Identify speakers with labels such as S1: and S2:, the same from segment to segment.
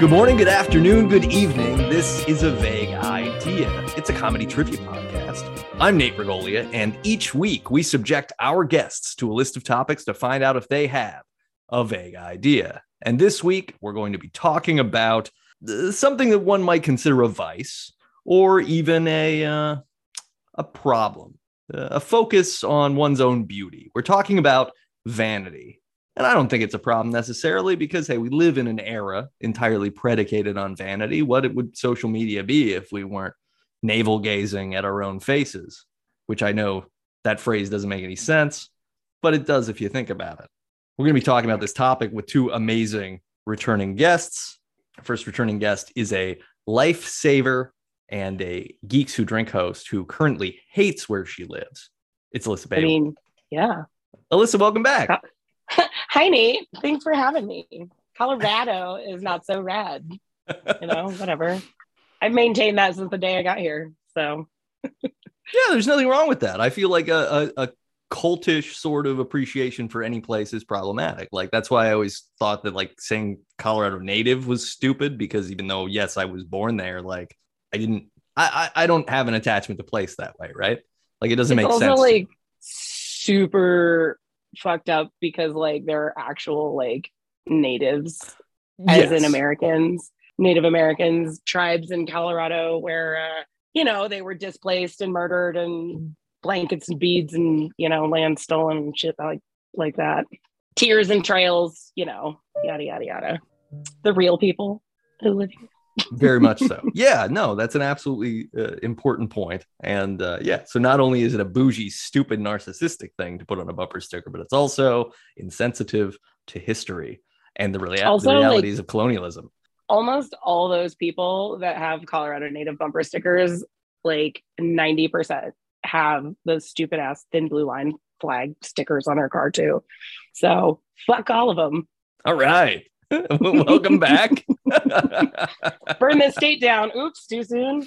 S1: Good morning, good afternoon, good evening. This is a vague idea. It's a comedy trivia podcast. I'm Nate Regolia, and each week we subject our guests to a list of topics to find out if they have a vague idea. And this week we're going to be talking about uh, something that one might consider a vice or even a uh, a problem, uh, a focus on one's own beauty. We're talking about vanity. And I don't think it's a problem necessarily because, hey, we live in an era entirely predicated on vanity. What it would social media be if we weren't navel gazing at our own faces? Which I know that phrase doesn't make any sense, but it does if you think about it. We're going to be talking about this topic with two amazing returning guests. Our first returning guest is a lifesaver and a Geeks Who Drink host who currently hates where she lives. It's Alyssa
S2: I
S1: Bailey.
S2: mean, yeah.
S1: Alyssa, welcome back.
S2: How- Hi, Nate. Thanks for having me. Colorado is not so rad, you know, whatever. I've maintained that since the day I got here. So,
S1: Yeah, there's nothing wrong with that. I feel like a, a, a cultish sort of appreciation for any place is problematic. Like that's why I always thought that like saying Colorado native was stupid because even though yes, I was born there, like I didn't, I I, I don't have an attachment to place that way, right? Like it doesn't
S2: it's
S1: make
S2: also
S1: sense.
S2: like super fucked up because like there are actual like natives as in
S1: Yes.
S2: Americans, Native Americans, tribes in Colorado where, uh, you know, they were displaced and murdered and blankets and beads and, you know, land stolen and shit like, like that. Tears and trails, you know, yada, yada, yada. The real people who live here.
S1: very much so yeah no that's an absolutely uh, important point and uh, yeah so not only is it a bougie stupid narcissistic thing to put on a bumper sticker but it's also insensitive to history and the, rea-
S2: Also,
S1: the
S2: like-
S1: realities of colonialism
S2: Almost all those people that have Colorado Native bumper stickers, like 90% have those stupid ass thin blue line flag stickers on their car too. So fuck all of them.
S1: all right welcome back
S2: burn this state down. Oops, too soon.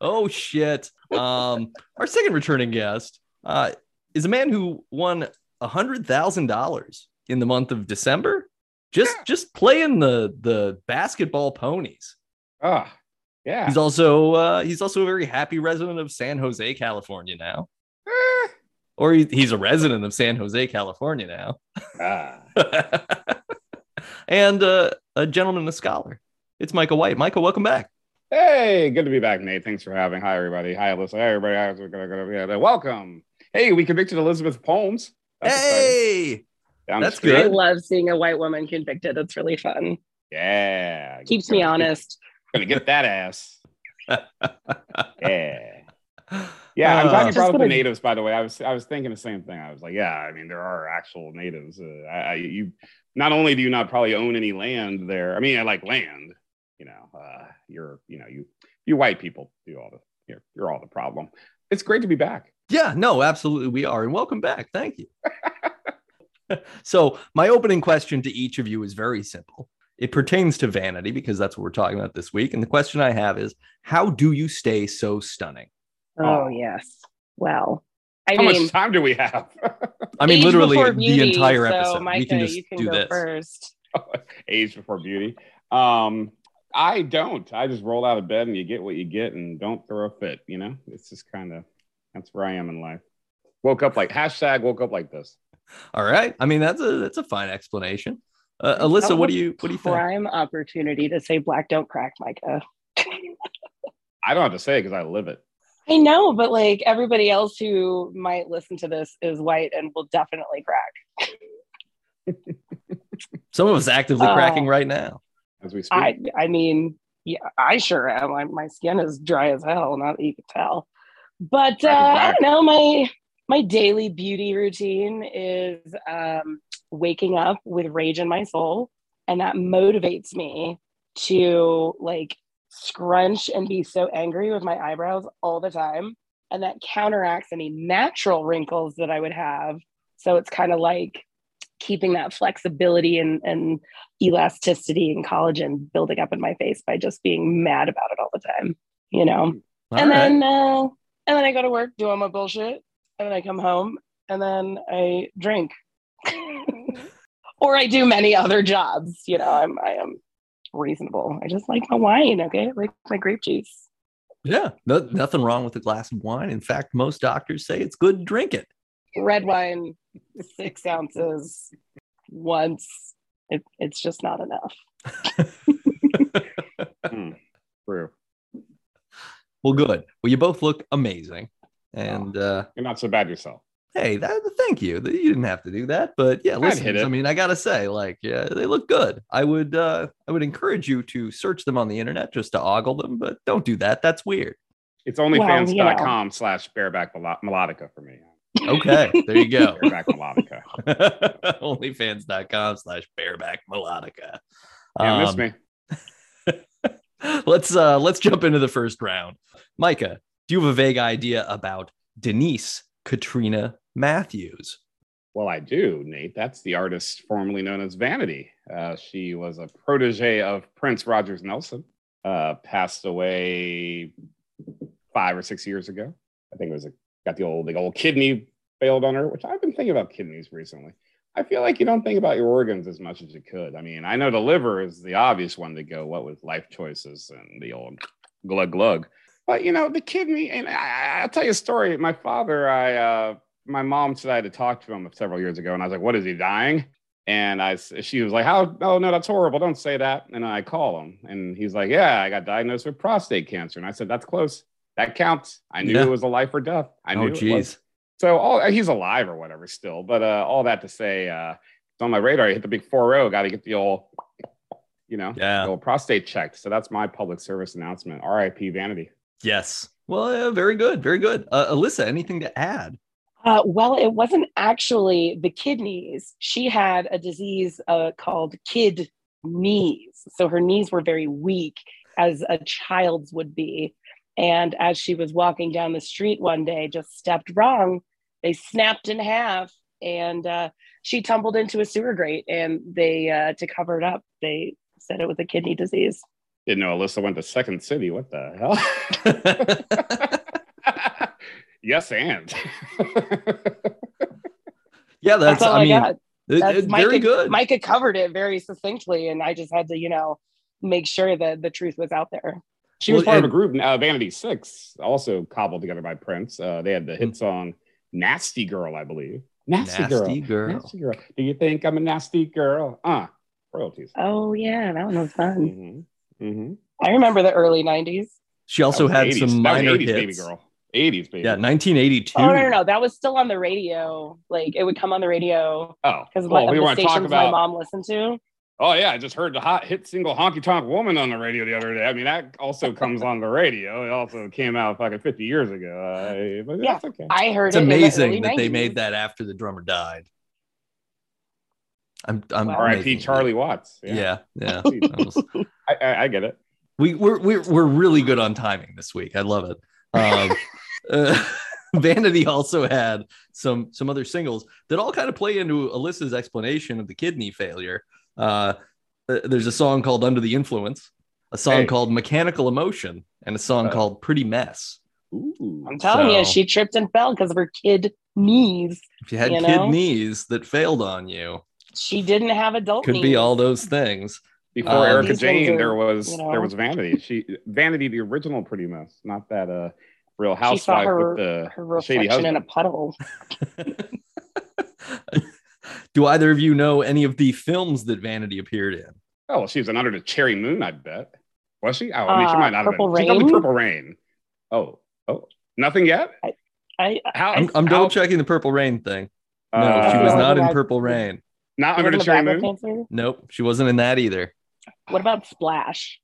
S1: oh shit um our second returning guest uh is a man who won a hundred thousand dollars in the month of december just just playing the the basketball ponies
S3: Ah, yeah.
S1: He's also uh, he's also a very happy resident of San Jose, California now,
S3: Eh.
S1: or he, he's a resident of San Jose, California now,
S3: Ah,
S1: and uh, a gentleman, and a scholar. It's Michael White. Michael, welcome back.
S3: Hey, good to be back, Nate. Thanks for having. Hi, everybody. Hi, Alyssa. Hi, everybody. Hi, everybody. Hi, everybody. Yeah, Welcome. Hey, we convicted Elizabeth Poems. exciting.
S1: hey,
S3: Down
S1: that's
S3: the street.
S2: I
S1: good.
S2: love seeing a white woman convicted. It's really fun.
S3: Yeah.
S2: Keeps me
S3: Gonna-
S2: honest.
S3: Gonna get that ass. yeah. Yeah,
S1: Uh,
S3: I'm glad you
S2: Just
S3: brought up
S2: gonna-
S3: the natives. By the way, I was I was thinking the same thing. I was like, yeah, I mean, there are actual natives. Uh, I, I, you not only do you not probably own any land there. I mean, I like land. You know, uh, you're you know you you white people do all the you're, you're all the problem. It's great to be back.
S1: Yeah, no, absolutely. We are. And welcome back. Thank you. so, my opening question to each of you is very simple. It pertains to vanity because that's what we're talking about this week. And the question I have is how do you stay so stunning?
S2: Oh,
S3: Oh.
S2: yes. Well, I
S3: How
S2: mean,
S3: much time do we have?
S1: I mean,
S2: age
S1: literally
S2: before
S1: the
S2: beauty,
S1: entire
S2: so,
S1: episode.
S2: Micah,
S1: we can just
S2: you can
S1: do
S2: go
S1: this.
S2: first.
S3: Age before beauty. Um, I don't. I just roll out of bed and you get what you get and don't throw a fit. You know, it's just kind of that's where I am in life. Woke up like hashtag woke up like this.
S1: All right. I mean, that's a that's a fine explanation. Uh, Alyssa,
S2: That
S1: what
S2: was
S1: do you what do you think?
S2: Prime opportunity to say black don't crack, Micah.
S3: I don't have to say it because I live it.
S2: I know, but like everybody else who might listen to this is white and will definitely crack.
S1: Some of us actively
S2: Uh,
S1: cracking right now.
S3: as we speak.
S2: I I mean, yeah, I sure am. I, my skin is dry as hell, not that you can tell. But uh, I don't know. My my daily beauty routine is um, waking up with rage in my soul, and that motivates me to like scrunch and be so angry with my eyebrows all the time, and that counteracts any natural wrinkles that I would have. So it's kind of like keeping that flexibility and and elasticity and collagen building up in my face by just being mad about it all the time, you know.
S1: All
S2: and
S1: right.
S2: then uh, and then I go to work, do all my bullshit, and then I come home and then I drink. or I do many other jobs, you know. I'm I am reasonable. I just like my wine, okay? I like my grape juice.
S1: Yeah, no, nothing wrong with a glass of wine. In fact, most doctors say it's good to drink it.
S2: Red wine, six ounces once. It, it's just not enough.
S3: Hmm. True.
S1: Well, good. Well, you both look amazing. And
S2: Oh.
S1: uh,
S3: You're not so bad yourself.
S1: hey, that, thank you. You didn't have to do that, but yeah, listen.
S3: hit
S1: I
S3: it.
S1: mean, I gotta say, like, yeah, they look good. I would, uh, I would encourage you to search them on the internet just to ogle them, but don't do that. That's weird.
S3: It's
S2: Well, yeah.
S3: onlyfans.com slash bareback melo- melodica for me.
S1: Okay, there you go.
S3: Bareback melodica.
S1: Onlyfans.com slash bareback melodica.
S3: Yeah, miss
S1: Um,
S3: me.
S1: let's uh let's jump into the first round. Micah, do you have a vague idea about Denise Katrina Matthews?
S3: Well, I do, Nate. That's the artist formerly known as Vanity. Uh, she was a protege of Prince Rogers Nelson, uh, passed away five or six years ago. I think it was a, got the old the old kidney failed on her, which I've been thinking about kidneys recently. I feel like you don't think about your organs as much as you could. I mean, I know the liver is the obvious one to go, what with life choices and the old glug glug. But you know, the kidney, and I- I, I'll tell you a story. My father, I uh, my mom said I had to talk to him several years ago, and I was like, "What is he dying?" And I, s- she was like, "How? Oh no, that's horrible! Don't say that." And I call him, and he's like, "Yeah, I got diagnosed with prostate cancer." And I said, "That's close. That counts. I knew
S1: Yeah.
S3: it was a life or death. I knew."
S1: oh
S3: it was."
S1: geez.
S3: So all uh, he's alive or whatever still, but uh, all that to say, uh, it's on my radar. You hit the big four zero. Got to get the old, you know, the
S1: Yeah.
S3: old prostate checked. So that's my public service announcement. R.I.P. Vanity.
S1: Yes. Well, yeah, very good. Very good. Uh, Alyssa, anything to add?
S2: Uh, well, it wasn't actually the kidneys. She had a disease uh, called kid knees. So her knees were very weak, as a child's would be. And as she was walking down the street one day, just stepped wrong. They snapped in half, and uh, she tumbled into a sewer grate. And they, uh, to cover it up, they said it was a kidney disease.
S3: Didn't know Alyssa went to Second City. What the hell? yes, and
S1: yeah, that's, I mean,
S2: got.
S1: it-
S2: That's
S1: it- very
S2: Micah-
S1: good.
S2: Micah covered it very succinctly, and I just had to, you know, make sure that the truth was out there.
S3: she was
S1: Well,
S3: part
S1: and-
S3: of a group, uh, Vanity Six, also cobbled together by Prince. Uh, they had
S1: Hmm.
S3: the hit song "Nasty Girl," I believe. Nasty,
S1: Nasty
S3: girl.
S1: girl.
S3: Nasty girl. Do you think I'm a nasty girl? Uh, royalties.
S2: Oh yeah, that one was fun.
S3: Mhm.
S2: Mm-hmm.
S3: Mhm.
S2: I remember the early '90s.
S1: She also
S3: That
S1: had
S3: was
S1: some
S3: 80s. That was
S1: minor
S3: 80s,
S1: hits.
S3: baby girl. 80s baby.
S1: Yeah, 1982.
S2: Oh no, no, no, that was still on the radio. Like it would come on the radio
S3: Oh,
S2: because
S3: well,
S2: of
S3: we
S2: the
S3: want to talk
S2: stations my
S3: about.
S2: mom listened to.
S3: Oh yeah, I just heard the hot hit single "Honky Tonk Woman" on the radio the other day. I mean, that also comes on the radio. It also came out fucking 50 years ago. Uh, but
S2: Yeah.
S3: that's okay.
S2: I heard
S1: It's
S2: it in the
S1: amazing
S2: early
S1: that they
S2: 90s.
S1: made that after the drummer died. I'm, I'm
S2: Wow.
S3: R.I.P.
S1: making-
S3: Charlie Watts.
S1: Yeah, yeah.
S3: See,
S1: That was-
S3: I, I, I get it.
S1: we we're, we're we're really good on timing this week. I love it. Um, uh, Vanity also had some some other singles that all kind of play into Alyssa's explanation of the kidney failure. Uh, th- there's a song called "Under the Influence," a song
S3: Hey.
S1: called "Mechanical Emotion," and a song
S3: Uh,
S1: called "Pretty Mess."
S3: Ooh.
S2: I'm telling you,
S1: So-
S2: she tripped and fell because of her kid knees.
S1: If you had
S2: You know?
S1: kidneys that failed on you,
S2: She didn't have adult.
S1: could be
S2: knees.
S1: all those things.
S3: Before
S1: Um,
S3: Erica
S2: These ones
S3: Jane,
S2: are,
S3: there was
S2: you know.
S3: there was Vanity. She Vanity, the original, pretty much. Not that uh, Real
S2: She saw
S3: Housewife
S2: her-
S3: with the
S2: Her
S3: shady
S2: reflection in
S3: husband.
S2: a puddle.
S1: Do either of you know any of the films that Vanity appeared in?
S3: Oh, well, she was an under the Cherry Moon, I bet. Was she? Oh, I mean, she
S2: Uh,
S3: might not
S2: Purple
S3: have been. She probably
S2: Rain?
S3: Purple Rain. Oh, oh, nothing yet.
S2: I
S3: How?
S1: I'm, I'm double checking the Purple Rain thing. No, she
S2: Uh,
S1: was not in
S2: Like-
S1: Purple Rain.
S3: Not under the Cherry Moon.
S2: Cancer?
S1: Nope, she wasn't in that either.
S2: What about Splash?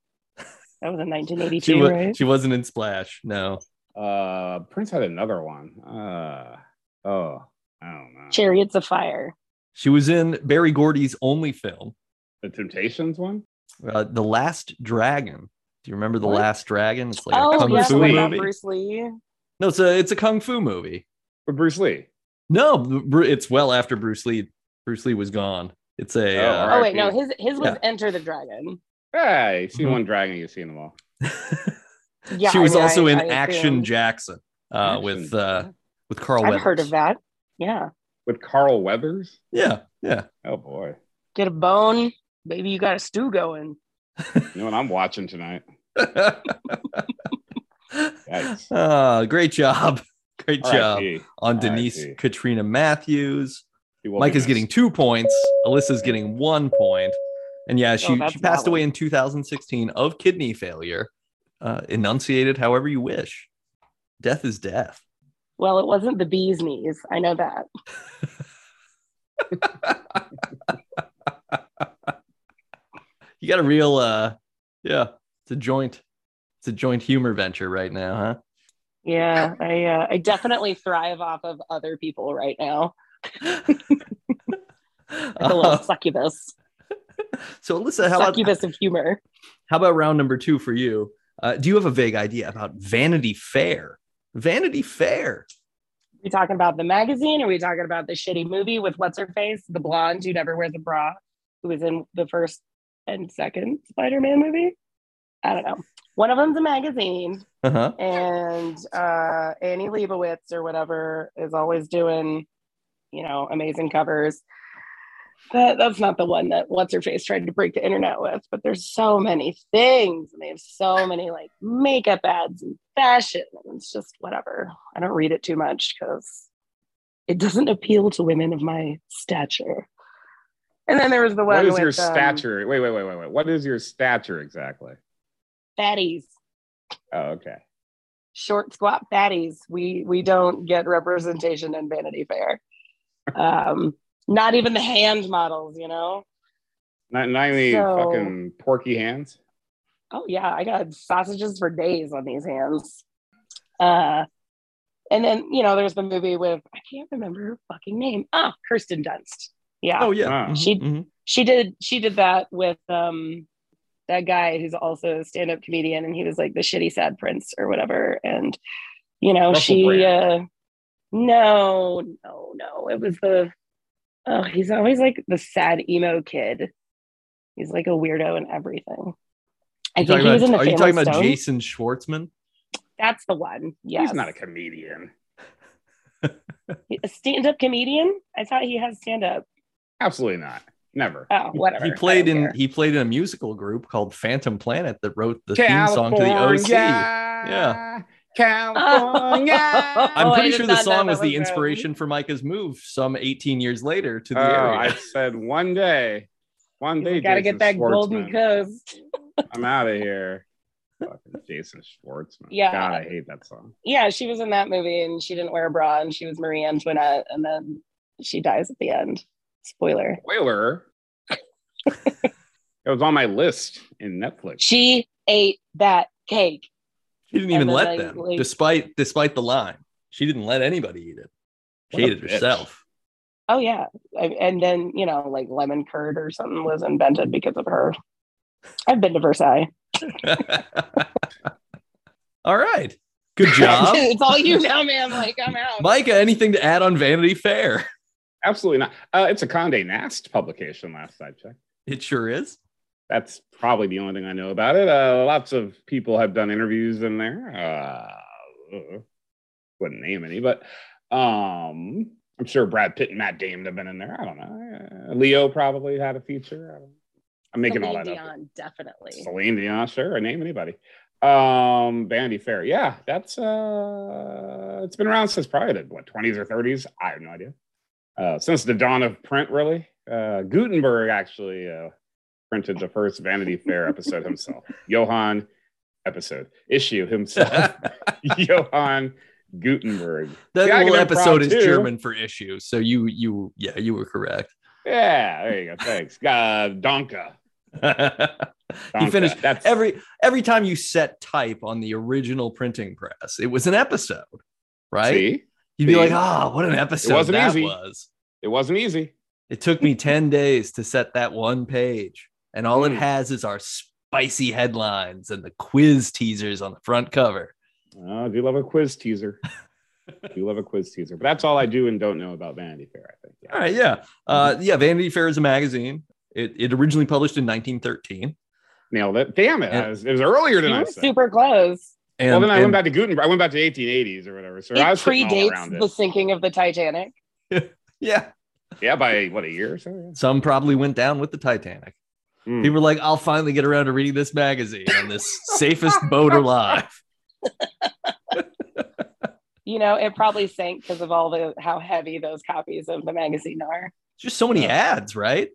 S2: That was in 1982,
S1: She was
S2: right?
S1: she wasn't in Splash. No,
S3: Uh, Prince had another one. Uh, oh, I don't know.
S2: Chariots of Fire.
S1: she was in Barry Gordy's only film,
S3: The Temptations one.
S1: uh, The Last Dragon. Do you remember The
S3: What?
S1: Last Dragon? It's like a
S2: Oh,
S1: kung
S2: yeah,
S1: fu
S2: the one about
S1: movie.
S2: Bruce Lee. Oh,
S1: No, it's a it's a kung fu movie.
S3: With Bruce Lee.
S1: No, Bru- it's well after Bruce Lee. Bruce Lee was gone. It's a
S3: Oh,
S1: uh,
S3: all
S2: Oh wait, no,
S3: R.I.P.
S2: his his was
S1: Yeah.
S2: Enter the Dragon.
S3: Hey, you see
S1: Mhm.
S3: one dragon, you see them all.
S2: Yeah,
S1: she was
S2: I mean,
S1: also
S2: I-
S1: in
S2: I
S1: Action
S2: assumed.
S1: Jackson uh,
S3: Action.
S1: with uh, with Carl.
S2: I've
S1: Weathers.
S2: heard of that. Yeah,
S3: With Carl Weathers.
S1: Yeah, yeah.
S3: Oh boy.
S2: get a bone, maybe you got a stew going.
S3: You know what I'm watching tonight? Yikes.
S1: Ah, great job. Great job
S3: RIP.
S1: on Denise
S3: RIP.
S1: Katrina Matthews.
S3: He will
S1: Mike
S3: be
S1: is getting
S3: missed.
S1: two points. Alyssa's getting one point. And yeah, she,
S2: Oh, that's
S1: she passed
S2: valid.
S1: away in 2016 of kidney failure. Uh, enunciated however you wish. Death is death.
S2: Well, it wasn't the bee's knees. I know that.
S1: You got a real, uh, yeah, it's a joint, it's a joint humor venture right now, huh?
S2: Yeah, I uh, I definitely thrive off of other people right now. Like a little
S1: Uh,
S2: succubus,
S1: so Alyssa, how about
S2: succubus of humor.
S1: how about round number two for you? Uh, do you have a vague idea about Vanity Fair? Vanity Fair.
S2: we talking about the magazine? Are we talking about the shitty movie with what's her face, the blonde who never wears a bra, who was in the first and second Spider-Man movie? I don't know. One of them's a magazine,
S1: Uh huh.
S2: and uh, Annie Leibovitz or whatever is always doing, you know, amazing covers. That, that's not the one that what's her face tried to break the internet with, but there's so many things, and they have so many like makeup ads and fashion, and it's just whatever. I don't read it too much because it doesn't appeal to women of my stature. And then there was the one
S3: What is
S2: with
S3: your
S2: um,
S3: stature? Wait, wait, wait, wait, wait. What is your stature exactly?
S2: fatties.
S3: Oh, okay.
S2: short squat fatties. We we don't get representation in Vanity Fair. Um, not even the hand models, you know.
S3: Not, not any
S2: So-
S3: fucking porky hands.
S2: Oh yeah, I got sausages for days on these hands. Uh, and then you know, there's the movie with I can't remember her fucking name. Ah, Kirsten Dunst. Yeah,
S1: Oh yeah.
S3: Ah.
S1: Mhm,
S2: She-
S1: mhm.
S2: she did she did that with um that guy who's also a stand-up comedian and he was like the shitty sad prince or whatever and you know
S3: Russell
S2: she
S3: Brand.
S2: uh no no no it was the oh he's always like the sad emo kid he's like a weirdo and everything i
S1: You
S2: think
S1: talking
S2: he was in
S1: about- Are
S2: the family
S1: you talking about
S2: Stone.
S1: Jason Schwartzman?
S2: that's the one yes
S3: He's not a comedian.
S2: a stand-up comedian i thought he has stand-up
S3: Absolutely not. Never.
S2: oh whatever
S1: He
S2: I
S1: played
S2: don't
S1: in
S2: care.
S1: he played in a musical group called Phantom Planet that wrote the theme song to the OC. Yeah.
S3: California.
S1: I'm
S2: Oh, I
S1: pretty
S2: did
S1: sure the
S2: not know
S1: song
S2: that
S1: was the
S2: was a-
S1: inspiration for Micah's move some 18 years later to the
S3: oh, I
S1: area.
S3: said one day. One day.
S2: You gotta
S3: Jason
S2: get that
S3: Schwartzman.
S2: golden coast
S3: I'm out of here. Fucking Jason Schwartzman.
S2: Yeah.
S3: God, I hate that song.
S2: yeah, she was in that movie and she didn't wear a bra and she was Marie Antoinette and then she dies at the end. Spoiler.
S3: Spoiler. it was on my list in Netflix.
S2: She ate that cake.
S1: She didn't even
S2: And then
S1: let
S2: I,
S1: them,
S2: like-
S1: despite despite the line. She didn't let anybody eat it. She
S3: What a
S1: ate it
S3: bitch.
S1: herself.
S2: Oh yeah. I- And then, you know, like lemon curd or something was invented because of her. I've been to Versailles.
S1: All right. Good job.
S2: it's all you now, man. Like I'm out.
S1: Micah, anything to add on Vanity Fair?
S3: Absolutely not. Uh, it's a Condé Nast publication. Last I checked.
S1: It sure is.
S3: That's probably the only thing I know about it. Uh, lots of people have done interviews in there. Uh, uh, wouldn't name any, but um, I'm sure Brad Pitt and Matt Damon have been in there. I don't know. Uh, Leo probably had a feature. I don't I'm making all that up.
S2: Dion, definitely.
S3: Celine Dion, sure, or name anybody. Um, Vanity Fair, yeah, that's uh, it's been around since probably the what 20s or 30s. I have no idea. Uh, since the dawn of print, really. Uh, Gutenberg actually uh, printed the first Vanity Fair episode himself. Johann episode issue himself.
S1: that
S3: Johann Gutenberg. See, I can
S1: little
S3: do
S1: episode
S3: prom
S1: is
S3: too.
S1: German for issue. So you you yeah, you were correct.
S3: Yeah, there you go. Thanks. Uh, Donka.
S1: he
S3: Donka.
S1: finished
S3: That's
S1: every every time you set type on the original printing press, it was an episode, right?
S3: See,
S1: You'd be
S3: see?
S1: like, "Ah, what an episode
S3: wasn't
S1: that
S3: easy.
S1: was."
S3: it wasn't easy.
S1: It took me 10 days to set that one page, and all it
S3: Mm.
S1: has is our spicy headlines and the quiz teasers on the front cover.
S3: Oh, I do love a quiz teaser. I do love a quiz teaser. But that's all I do and don't know about Vanity Fair, I think. Yeah.
S1: All right, yeah. Uh yeah, Vanity Fair is a magazine. It, it originally published in 1913.
S3: Nailed it. Damn it. I was, it was earlier than
S2: You
S3: I
S2: were
S3: said.
S2: super close.
S1: And,
S3: well, then I
S1: and-
S3: went back to Gutenberg. I went back to 1880s or whatever. So
S2: It
S3: I was sitting all around
S2: predates
S3: it.
S2: the sinking of the Titanic.
S1: yeah.
S3: Yeah, by what, a year or so?
S1: Some probably went down with the Titanic.
S3: Yeah. Mm.
S1: People are like, I'll finally get around to reading this magazine on this safest boat alive.
S2: You know, it probably sank because of all the how heavy those copies of the magazine are.
S1: Just so many
S3: Yeah.
S1: ads, right?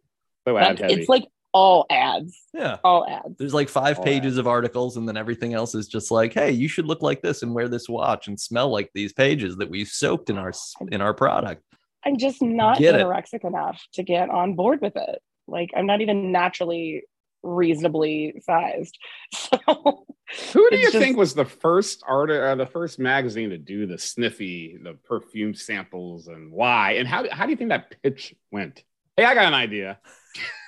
S3: So ad
S2: That-
S3: heavy.
S2: it's like all ads,
S1: Yeah.
S2: all ads.
S1: There's like five
S3: All
S1: pages of articles, and then everything else is just like, hey, you should look like this and wear this watch and smell like these pages that we've soaked in our in our product.
S2: I'm just not
S1: Get it.
S2: anorexic enough to get on board with it. Like I'm not even naturally reasonably sized. So
S3: Who do
S2: it's
S3: you
S2: just-
S3: think was the first art uh, the first magazine to do the sniffy, the perfume samples, and why? And how, how do you think that pitch went? Hey, I got an idea.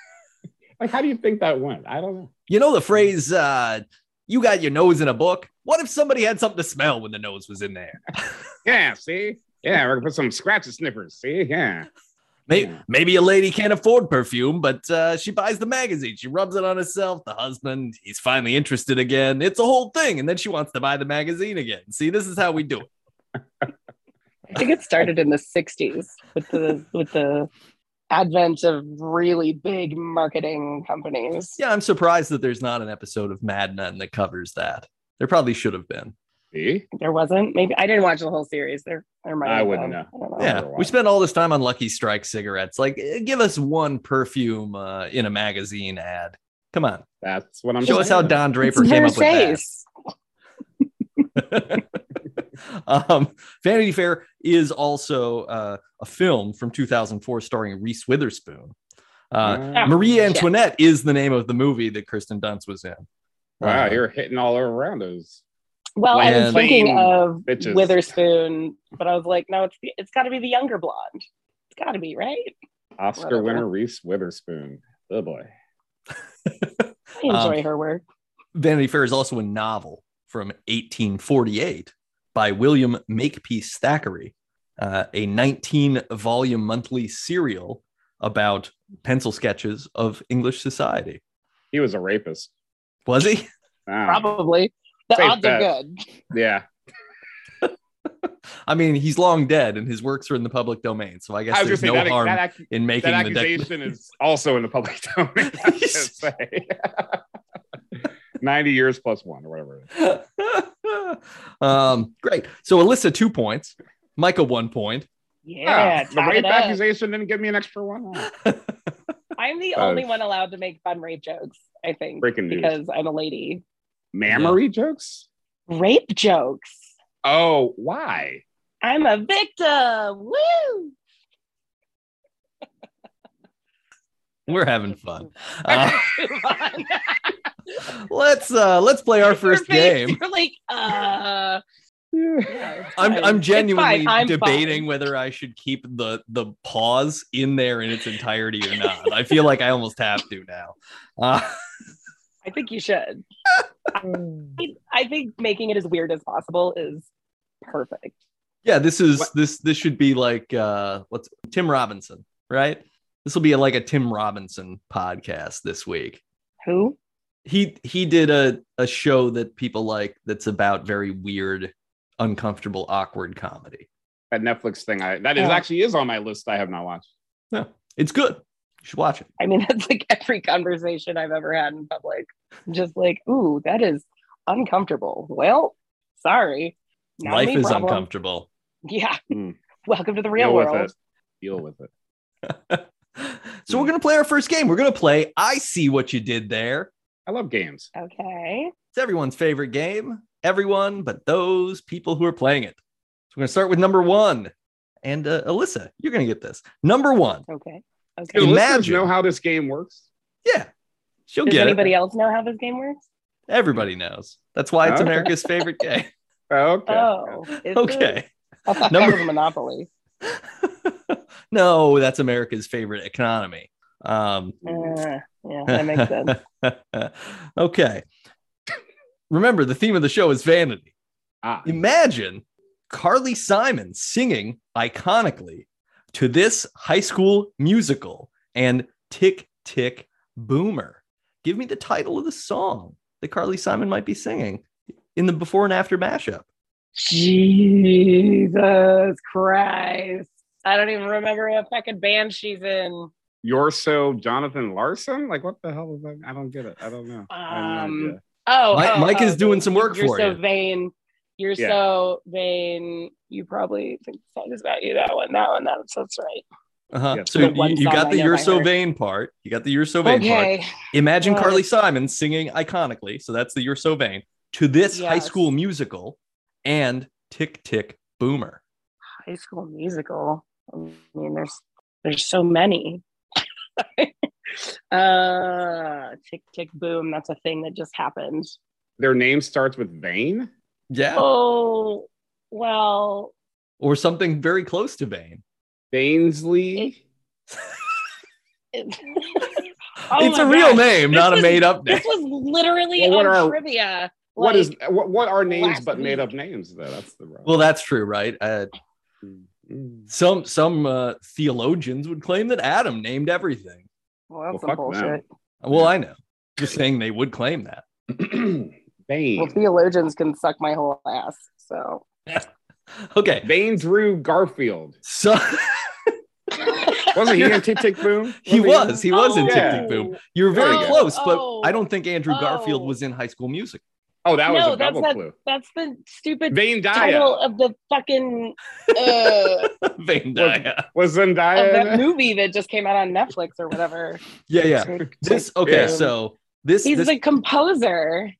S3: like, how do you think that went? I don't know.
S1: You know the phrase, uh, you got your nose in a book. What if somebody had something to smell when the nose was in there?
S3: Yeah, see, yeah, we're gonna put some scratches sniffers. See, yeah,
S1: Maybe,
S3: Yeah.
S1: maybe a lady can't afford perfume, but uh, she buys the magazine. She rubs it on herself. The husband, he's finally interested again. It's a whole thing. And then she wants to buy the magazine again. See, this is how we do it.
S2: I think it started in the '60s with the with the advent of really big marketing companies.
S1: Yeah, I'm surprised that there's not an episode of Mad Men that covers that. There probably should have been.
S3: see,
S2: There wasn't. Maybe I didn't watch the whole series. There, there might.
S3: I
S2: have
S3: wouldn't
S2: been.
S3: know.
S2: I don't know.
S1: yeah,
S3: wonder why.
S1: we spent all this time on Lucky Strike cigarettes. Like, eh, give us one perfume uh, in a magazine ad. Come on,
S3: that's what I'm.
S1: show us how
S3: saying.
S1: Don
S2: It's
S1: Draper came up with that.
S2: Versace.
S1: um, Vanity Fair is also uh, a film from 2004 starring Reese Witherspoon. Uh,
S3: Wow.
S1: Marie
S2: yeah.
S1: Antoinette is the name of the movie that Kristen Dunst was in.
S3: Wow,
S1: Uh,
S3: you're hitting all around those.
S2: Well, I was
S1: Bland.
S2: thinking of
S3: Bitches.
S2: Witherspoon, but I was like, no, it's the, it's got to be the younger blonde. It's got to be right.
S3: Oscar
S2: Whatever.
S3: winner Reese Witherspoon. Oh boy.
S2: I enjoy her work.
S1: Vanity Fair is also a novel from 1848 by William Makepeace Thackeray, uh, a 19 volume monthly serial about pencil sketches of English society.
S3: He was a rapist.
S1: Was he?
S3: Wow.
S2: Probably the
S3: Safe
S2: odds
S3: bet.
S2: are good.
S3: Yeah.
S1: I mean, he's long dead and his works are in the public domain. So I guess
S3: I was
S1: there's
S3: just
S1: no
S3: saying that,
S1: harm
S3: that, ac-
S1: in making
S3: that
S1: the dec-
S3: accusation is also in the public domain. I was gonna say. 90 years plus one or whatever. it is.
S1: um, great. So Alyssa, two points. Micah, one point.
S2: Yeah,
S3: Ah, the
S2: tie
S3: rape
S2: it up.
S3: accusation didn't give me an extra one. Oh,
S2: I'm the
S3: Oh.
S2: only one allowed to make fun rape jokes. I think
S3: Breaking news.
S2: because I'm a lady.
S3: Mammary jokes?
S2: Rape jokes.
S3: Oh, why?
S2: I'm a victim. Woo!
S1: We're having fun. Uh, let's uh, let's play our first
S2: Your face,
S1: game.
S2: You're like, uh,
S3: Yeah.
S2: yeah, it's
S1: I'm
S2: fine.
S1: I'm
S2: It's fine.
S1: genuinely
S2: I'm
S1: debating
S2: fine.
S1: whether I should keep the the pause in there in its entirety or not. I feel like I almost have to now. Uh,
S2: I think you should. I think making it as weird as possible is perfect.
S1: yeah, this is
S3: What-
S1: this this should be like uh, what's Tim Robinson, right? This will be like a Tim Robinson podcast this week.
S2: Who?
S1: he he did a a show that people like that's about very weird uncomfortable awkward comedy
S3: That Netflix thing I that is
S2: Yeah.
S3: actually is on my list I have not watched.
S1: yeah it's good you should watch it
S2: I mean, that's like every conversation I've ever had in public. Just like, ooh, that is uncomfortable. Well, sorry. Not
S1: life
S2: me
S1: is
S2: problem.
S1: uncomfortable
S2: Yeah.
S3: Mm.
S2: Welcome to the real
S3: Deal
S2: world.
S3: with it. Deal with it.
S1: so we're gonna play our first game we're gonna play i see what you did there
S3: I love games.
S2: Okay.
S1: it's everyone's favorite game everyone but those people who are playing it so we're gonna start with number one and uh, alyssa you're gonna get this number one
S2: Okay.
S3: Do
S2: Okay.
S3: listeners
S1: Imagine.
S3: know how this game works?
S1: yeah she'll
S2: Does
S1: get
S2: anybody
S1: it
S2: else know how this game works?
S1: everybody knows that's why it's
S3: Okay.
S1: america's favorite game
S3: Okay.
S2: Oh, is
S1: okay
S2: it? I thought
S1: Number-
S2: that was a monopoly.
S1: no, that's America's favorite economy. Um,
S2: Uh, yeah, that makes sense.
S1: okay. Remember, the theme of the show is vanity.
S3: Ah,
S1: Imagine Carly Simon singing iconically to this high school musical and Tick Tick Boomer. Give me the title of the song that Carly Simon might be singing in the before and after mashup.
S2: Jesus Christ. I don't even remember what fucking band she's in.
S3: You're so Jonathan Larson? Like, what the hell is that? I don't get it. I don't know. I have no
S2: Um,
S3: idea.
S2: Oh,
S1: Mike-
S2: oh,
S1: Mike
S2: oh,
S1: is doing some work
S2: you're
S1: for
S2: so
S1: you.
S2: vain. You're
S3: Yeah.
S2: so vain. You probably think the song is about you. That one. That one. That's that's right.
S1: Uh-huh.
S3: Yeah.
S1: So
S2: The
S1: you,
S2: one
S1: you
S2: song
S1: got
S2: I
S1: the
S2: know
S1: "You're
S2: by
S1: So
S2: heart.
S1: Vain" part. You got the "You're So Vain" part.
S2: okay.
S1: Imagine
S2: Yes.
S1: Carly Simon singing iconically. So that's the "You're So Vain" to this High
S2: Yes.
S1: School Musical and Tick Tick Boomer.
S2: High School Musical. I mean, there's there's so many. uh, tick tick boom. That's a thing that just happened.
S3: Their name starts with Vane?
S1: Yeah,
S2: Oh well,
S1: or something very close to Vain.
S3: Bainsley?
S2: it-
S1: it's
S2: Oh my
S1: a real
S2: God.
S1: name,
S2: This
S1: not a
S2: was-
S1: made up name.
S2: This was literally
S3: Well, what
S2: on
S3: are-
S2: trivia.
S3: what
S2: Like,
S3: is what, what are names
S2: last
S3: but made up
S2: week.
S3: names though? That's the wrong.
S1: Well, that's true, right? Uh,
S3: Mm.
S1: some some uh, theologians would claim that Adam named everything.
S2: Well, that's
S3: Well,
S2: some
S3: fuck
S2: bullshit.
S1: Well, I know. Just saying, they would claim that.
S3: Mm. Bane.
S2: Well, theologians can suck my whole ass. So
S1: Okay,
S3: Bane drew Garfield.
S1: so
S3: Wasn't he in Tick Tick Boom?
S1: he
S3: Wasn't
S1: was he was in Tick Tick
S3: Oh.
S1: Boom. You were very
S3: Oh,
S1: close, but
S2: oh,
S1: I don't think Andrew Garfield
S2: oh.
S1: was in High School Music.
S3: Oh, that was
S2: No,
S3: a
S2: that's
S3: double
S2: not-
S3: clue.
S2: That's the stupid
S3: Vane
S2: title
S3: Daya.
S2: of the fucking uh,
S1: Van Dyke.
S3: Was
S2: of
S3: Zendaya?
S2: that
S3: in it?
S2: movie that just came out on Netflix or whatever.
S1: Yeah, yeah. This okay.
S3: Yeah.
S1: So this
S2: he's
S1: this
S2: the composer.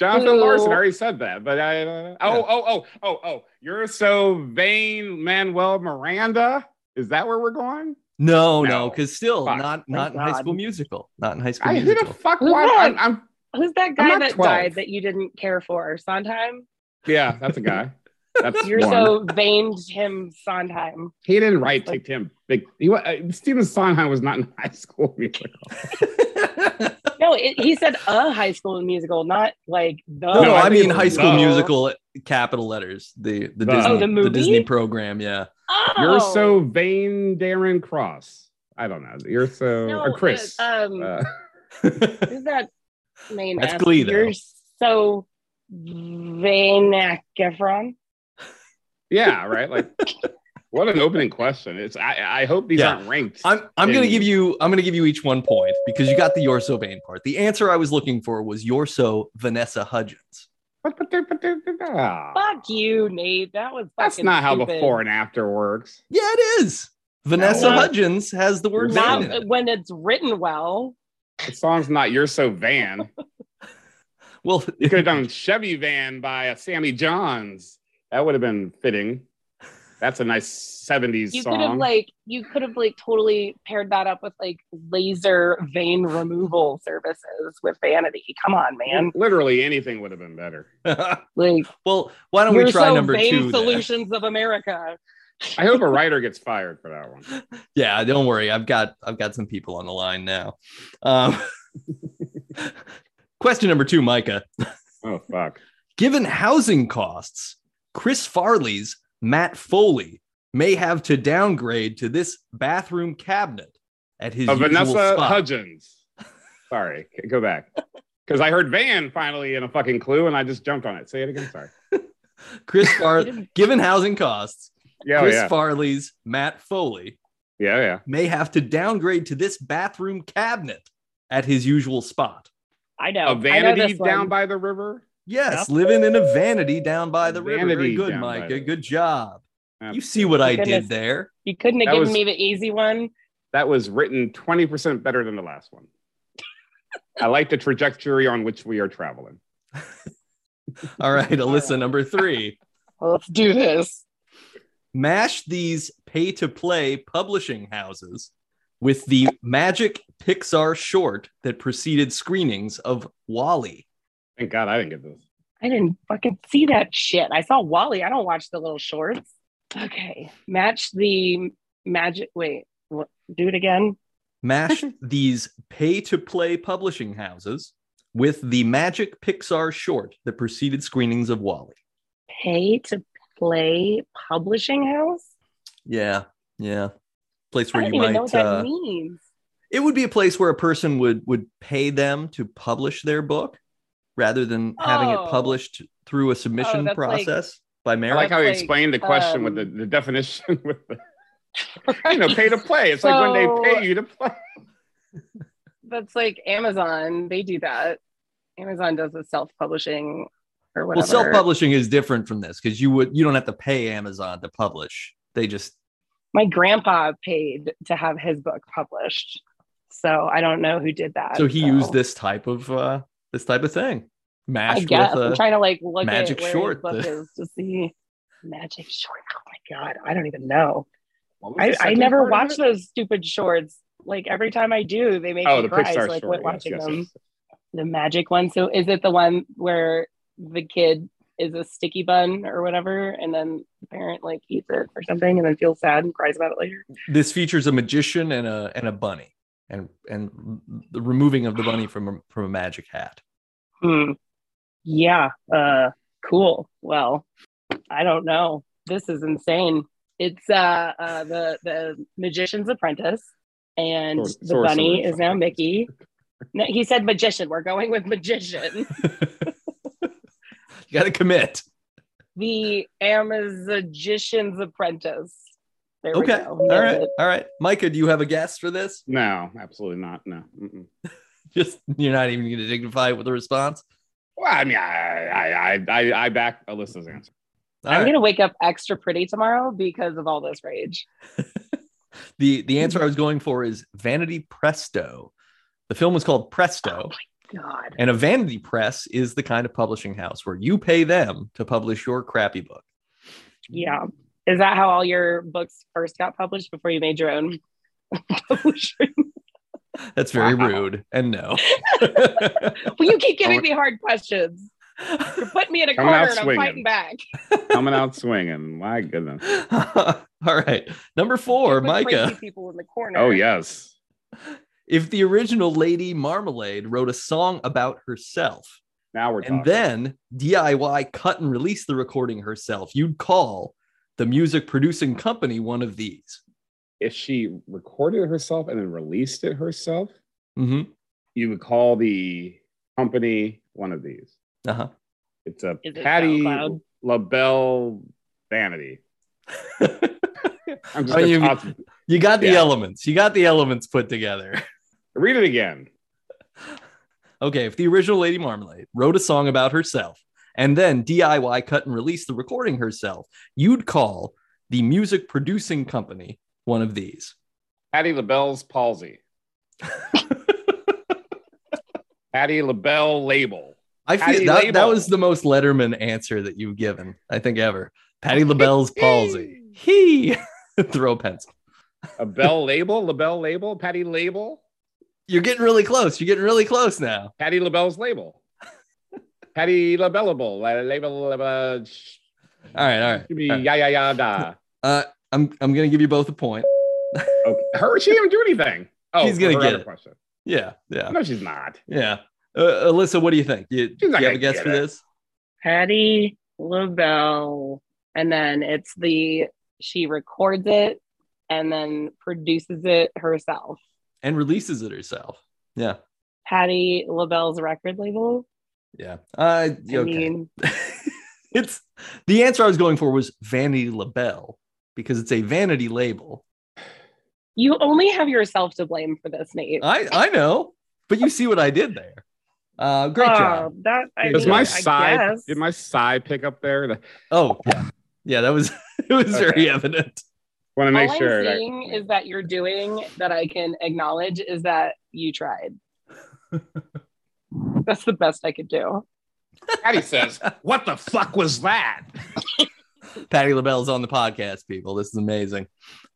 S3: Jonathan
S2: Who-
S3: Larson. I already said that, but I. Uh,
S1: Yeah.
S3: oh, oh, oh, oh, oh! You're so vain, Manuel Miranda. Is that where we're going?
S1: no no
S3: No.
S1: because still
S3: Fuck.
S1: not
S2: Thank
S1: not in High
S2: God.
S1: School Musical, not in High School
S3: I who the
S1: Musical.
S3: fuck?
S2: Who's
S3: Why,
S2: that?
S3: I'm, I'm.
S2: Who's that
S3: I'm
S2: guy
S3: not
S2: that
S3: 12.
S2: died that you didn't care for? Sondheim.
S3: Yeah, that's a guy. That's
S2: You're
S3: one.
S2: so vain, Tim Sondheim.
S3: He didn't write Tick Tim. Like, he, wa- uh, Stephen Sondheim was not in high school musical.
S2: No, it, he said a High School Musical, not like the.
S1: no,
S3: No, Oh, I
S1: I
S3: think
S1: mean
S3: it's
S1: High School
S3: the-
S1: Musical, capital letters. The
S3: The-
S1: the Disney
S3: Oh,
S2: the movie?
S1: Disney program. Yeah.
S2: Oh!
S3: You're so vain, Darren Cross. I don't know. You're so
S2: No,
S3: or Chris.
S2: uh, um,
S3: Uh,
S2: Who's that main?
S1: That's
S2: act-
S1: Glee, though.
S2: You're so vain, Zac Efron.
S3: yeah, right. Like, what an opening question. It's. I, I hope these
S1: Yeah.
S3: aren't ranked.
S1: I'm I'm gonna
S3: And-
S1: give you I'm gonna give you each one point because you got the You're So Vain part. The answer I was looking for was You're So Vanessa Hudgens.
S3: But- but they're- but they're- they're- ah.
S2: Fuck you, Nate. That was
S3: That's
S2: fucking
S3: not how
S2: stupid.
S3: before and after works.
S1: Yeah, it is. Vanessa
S2: No.
S1: Hudgens has the word
S2: Not
S1: vain. in it.
S2: when it's written well.
S3: The song's not "You're So Van."
S1: Well,
S3: You could have done "Chevy Van" by uh, Sammy Johns. That would have been fitting. That's a nice '70s
S2: You could have
S3: song.
S2: like you could have like totally paired that up with like laser vein removal services with vanity. Come on, man.
S3: Literally anything would have been better.
S2: Like
S1: well, why don't
S2: you're
S1: we try
S2: so
S1: number
S2: vain
S1: two? then?
S2: solutions of America.
S3: I hope a writer gets fired for that one.
S1: Yeah, don't worry. I've got I've got some people on the line now. Um, question number two, Micah.
S3: Oh fuck.
S1: Given housing costs, Chris Farley's Matt Foley may have to downgrade to this bathroom cabinet at his
S3: Uh,
S1: usual
S3: Vanessa
S1: spot.
S3: Hudgens. Sorry, go back. Because I heard Van finally in a fucking clue, and I just jumped on it. Say it again. Sorry.
S1: Chris Farley, given housing costs,
S3: Oh, Yeah,
S1: Chris
S3: yeah,
S1: Farley's Matt Foley
S3: yeah, yeah.
S1: may have to downgrade to this bathroom cabinet at his usual spot.
S2: Oh, I know.
S3: A
S2: I know
S3: vanity
S2: this one.
S3: down by the river.
S1: Yes, living in a vanity down by the river. Very
S3: Vanity
S1: good,
S3: down by
S1: Micah.
S3: the-
S1: Good job.
S3: Yeah.
S1: You see what I
S2: Goodness.
S1: did there.
S2: You couldn't have
S3: That
S2: given
S3: was-
S2: me the easy one.
S3: That was written 20% better than the last one. I like the trajectory on which we are traveling.
S1: All right,
S2: right.
S1: Alyssa, number three.
S2: Let's do this.
S1: mash these pay to play publishing houses with the magic Pixar short that preceded screenings of Wally.
S3: Thank God I didn't get this.
S2: I didn't fucking see that shit. I saw Wally. I don't watch the little shorts. Okay. Match the magic. Wait, what, do it again.
S1: Mash these pay to play publishing houses with the magic Pixar short that preceded screenings of Wally.
S2: Pay to play publishing house.
S1: Yeah, yeah. Place where
S2: I don't
S1: you
S2: even
S1: might
S2: know what that
S1: uh,
S2: means.
S1: it would be a place where a person would would pay them to publish their book rather than having
S2: Oh.
S1: it published through a submission
S2: that's like-
S1: process by
S3: I
S1: merit.
S3: like how you
S2: That's like,
S3: explained the question with the,
S2: um,
S3: the definition with the you know, pay to play. It's like when they
S2: So-
S3: pay you to play.
S2: That's like Amazon. They do that. Amazon does the self-publishing or whatever.
S1: Well, self-publishing is different from this because you would you don't have to pay Amazon to publish. They just
S2: My grandpa paid to have his book published, so I don't know who did that.
S1: so he used this type of uh this type of thing.
S2: I
S1: Mashed with
S2: guess I'm
S1: a,
S2: trying to like look
S1: magic
S2: at where
S1: short.
S2: his book is to see magic short. Oh my god, I don't even know.
S3: What was the
S2: I, I
S3: second
S2: never
S3: part of
S2: watch
S3: it?
S2: those stupid shorts. Like every time I do, they make
S3: Oh,
S2: me
S3: the
S2: cry.
S3: Pixar
S2: so, like
S3: short.
S2: quit
S3: Yes,
S2: watching
S3: yes,
S2: them.
S3: yes.
S2: The magic one. So is it the one where the kid is a sticky bun or whatever, and then the parent like eats it or something, and then feels sad and cries about it later?
S1: this features a magician and a and a bunny and and the removing of the bunny from a, from a magic hat.
S2: Hmm. Yeah. Uh, cool. Well, I don't know. This is insane. It's uh, uh the the magician's apprentice, and
S3: Sor-
S2: the bunny
S3: sorcerer's
S2: is now
S3: apprentice.
S2: Mickey. No, he said magician. We're going with magician.
S1: you got to commit.
S2: the Amazagician's apprentice. There we
S1: Okay.
S2: go.
S1: All
S2: Nailed
S1: right.
S2: it.
S1: All right. Micah, do you have a guess for this?
S3: No, absolutely not. No. Mm-mm.
S1: Just you're not even going to dignify it with a response.
S3: Well, I mean, I, I, I, I, I back Alyssa's answer.
S1: All
S2: I'm
S1: right.
S2: gonna wake up extra pretty tomorrow because of all this rage.
S1: The the answer I was going for is Vanity Presto. The film was called Presto,
S2: God.
S1: and a vanity press is the kind of publishing house where you pay them to publish your crappy book.
S2: Yeah. Is that how all your books first got published before you made your own publisher?
S1: That's very
S3: Wow.
S1: rude. And no.
S2: Well, you keep giving me hard questions. You're putting me in a
S3: Coming out
S2: corner and I'm
S3: swinging.
S2: fighting back.
S3: Coming out swinging. My goodness.
S1: All right. Number four,
S2: Put
S1: Micah.
S2: Crazy people in the corner.
S3: Oh, yes.
S1: If the original Lady Marmalade wrote a song about herself
S3: Now we're
S1: and
S3: talking.
S1: then DIY cut and released the recording herself, you'd call the music producing company one of these.
S3: if she recorded it herself and then released it herself,
S1: hmm
S3: you would call the company one of these.
S1: Uh-huh.
S3: It's a
S2: Is it
S3: Patty
S2: SoundCloud?
S3: LaBelle Vanity. I'm just
S1: I mean,
S3: gonna
S1: you-
S3: toss it.
S1: You got the
S3: Yeah.
S1: elements. You got the elements put together.
S3: read it again.
S1: Okay, if the original Lady Marmalade wrote a song about herself and then DIY cut and released the recording herself, you'd call the music producing company one of these.
S3: Patty LaBelle's palsy. Patty LaBelle label.
S1: I
S3: Patty
S1: feel that, that
S3: Label.
S1: was the most Letterman answer that you've given, I think, ever. Patty LaBelle's palsy. He throw a pencil.
S3: A bell label, LaBelle label, Patty label,
S1: You're getting really close. You're getting really close now.
S3: Patty LaBelle's label. Patty LaBelleable, la- label, label, sh-
S1: All right, all right.
S3: should be
S1: all right.
S3: ya ya ya da.
S1: Uh, I'm I'm gonna give you both a point.
S3: Okay. Her, she didn't do anything. Oh,
S1: She's gonna
S3: her
S1: get
S3: other
S1: it.
S3: Question.
S1: Yeah, yeah,
S3: No, she's not.
S1: yeah. Uh, Alyssa, what do you think? You, do
S3: She's
S1: you
S3: not
S1: have
S3: gonna
S1: a guess
S3: get
S1: for
S3: it.
S1: this?
S2: Patty LaBelle. And then it's the she records it and then produces it herself.
S1: And releases it herself. Yeah,
S2: Patty LaBelle's record label.
S1: yeah. Uh,
S2: I
S1: okay.
S2: mean,
S1: it's the answer I was going for was Vanity Label because it's a vanity label.
S2: you only have yourself to blame for this, Nate.
S1: I I know, but you see what I did there. Uh, great job.
S2: Oh, that I
S1: Does
S3: Does
S2: mean,
S1: Yeah,
S3: my
S2: I
S3: sigh?
S2: guess.
S3: Did my sigh pick up there? The-
S1: Oh yeah, yeah. That was it was very
S3: Okay.
S1: evident.
S3: Want to make
S2: All
S3: sure.
S2: I'm
S3: that-
S2: seeing is that you're doing that I can acknowledge is that you tried. That's the best I could do.
S3: Patty says, "What the fuck was that?"
S1: Patty LaBelle's on the podcast, people. This is amazing.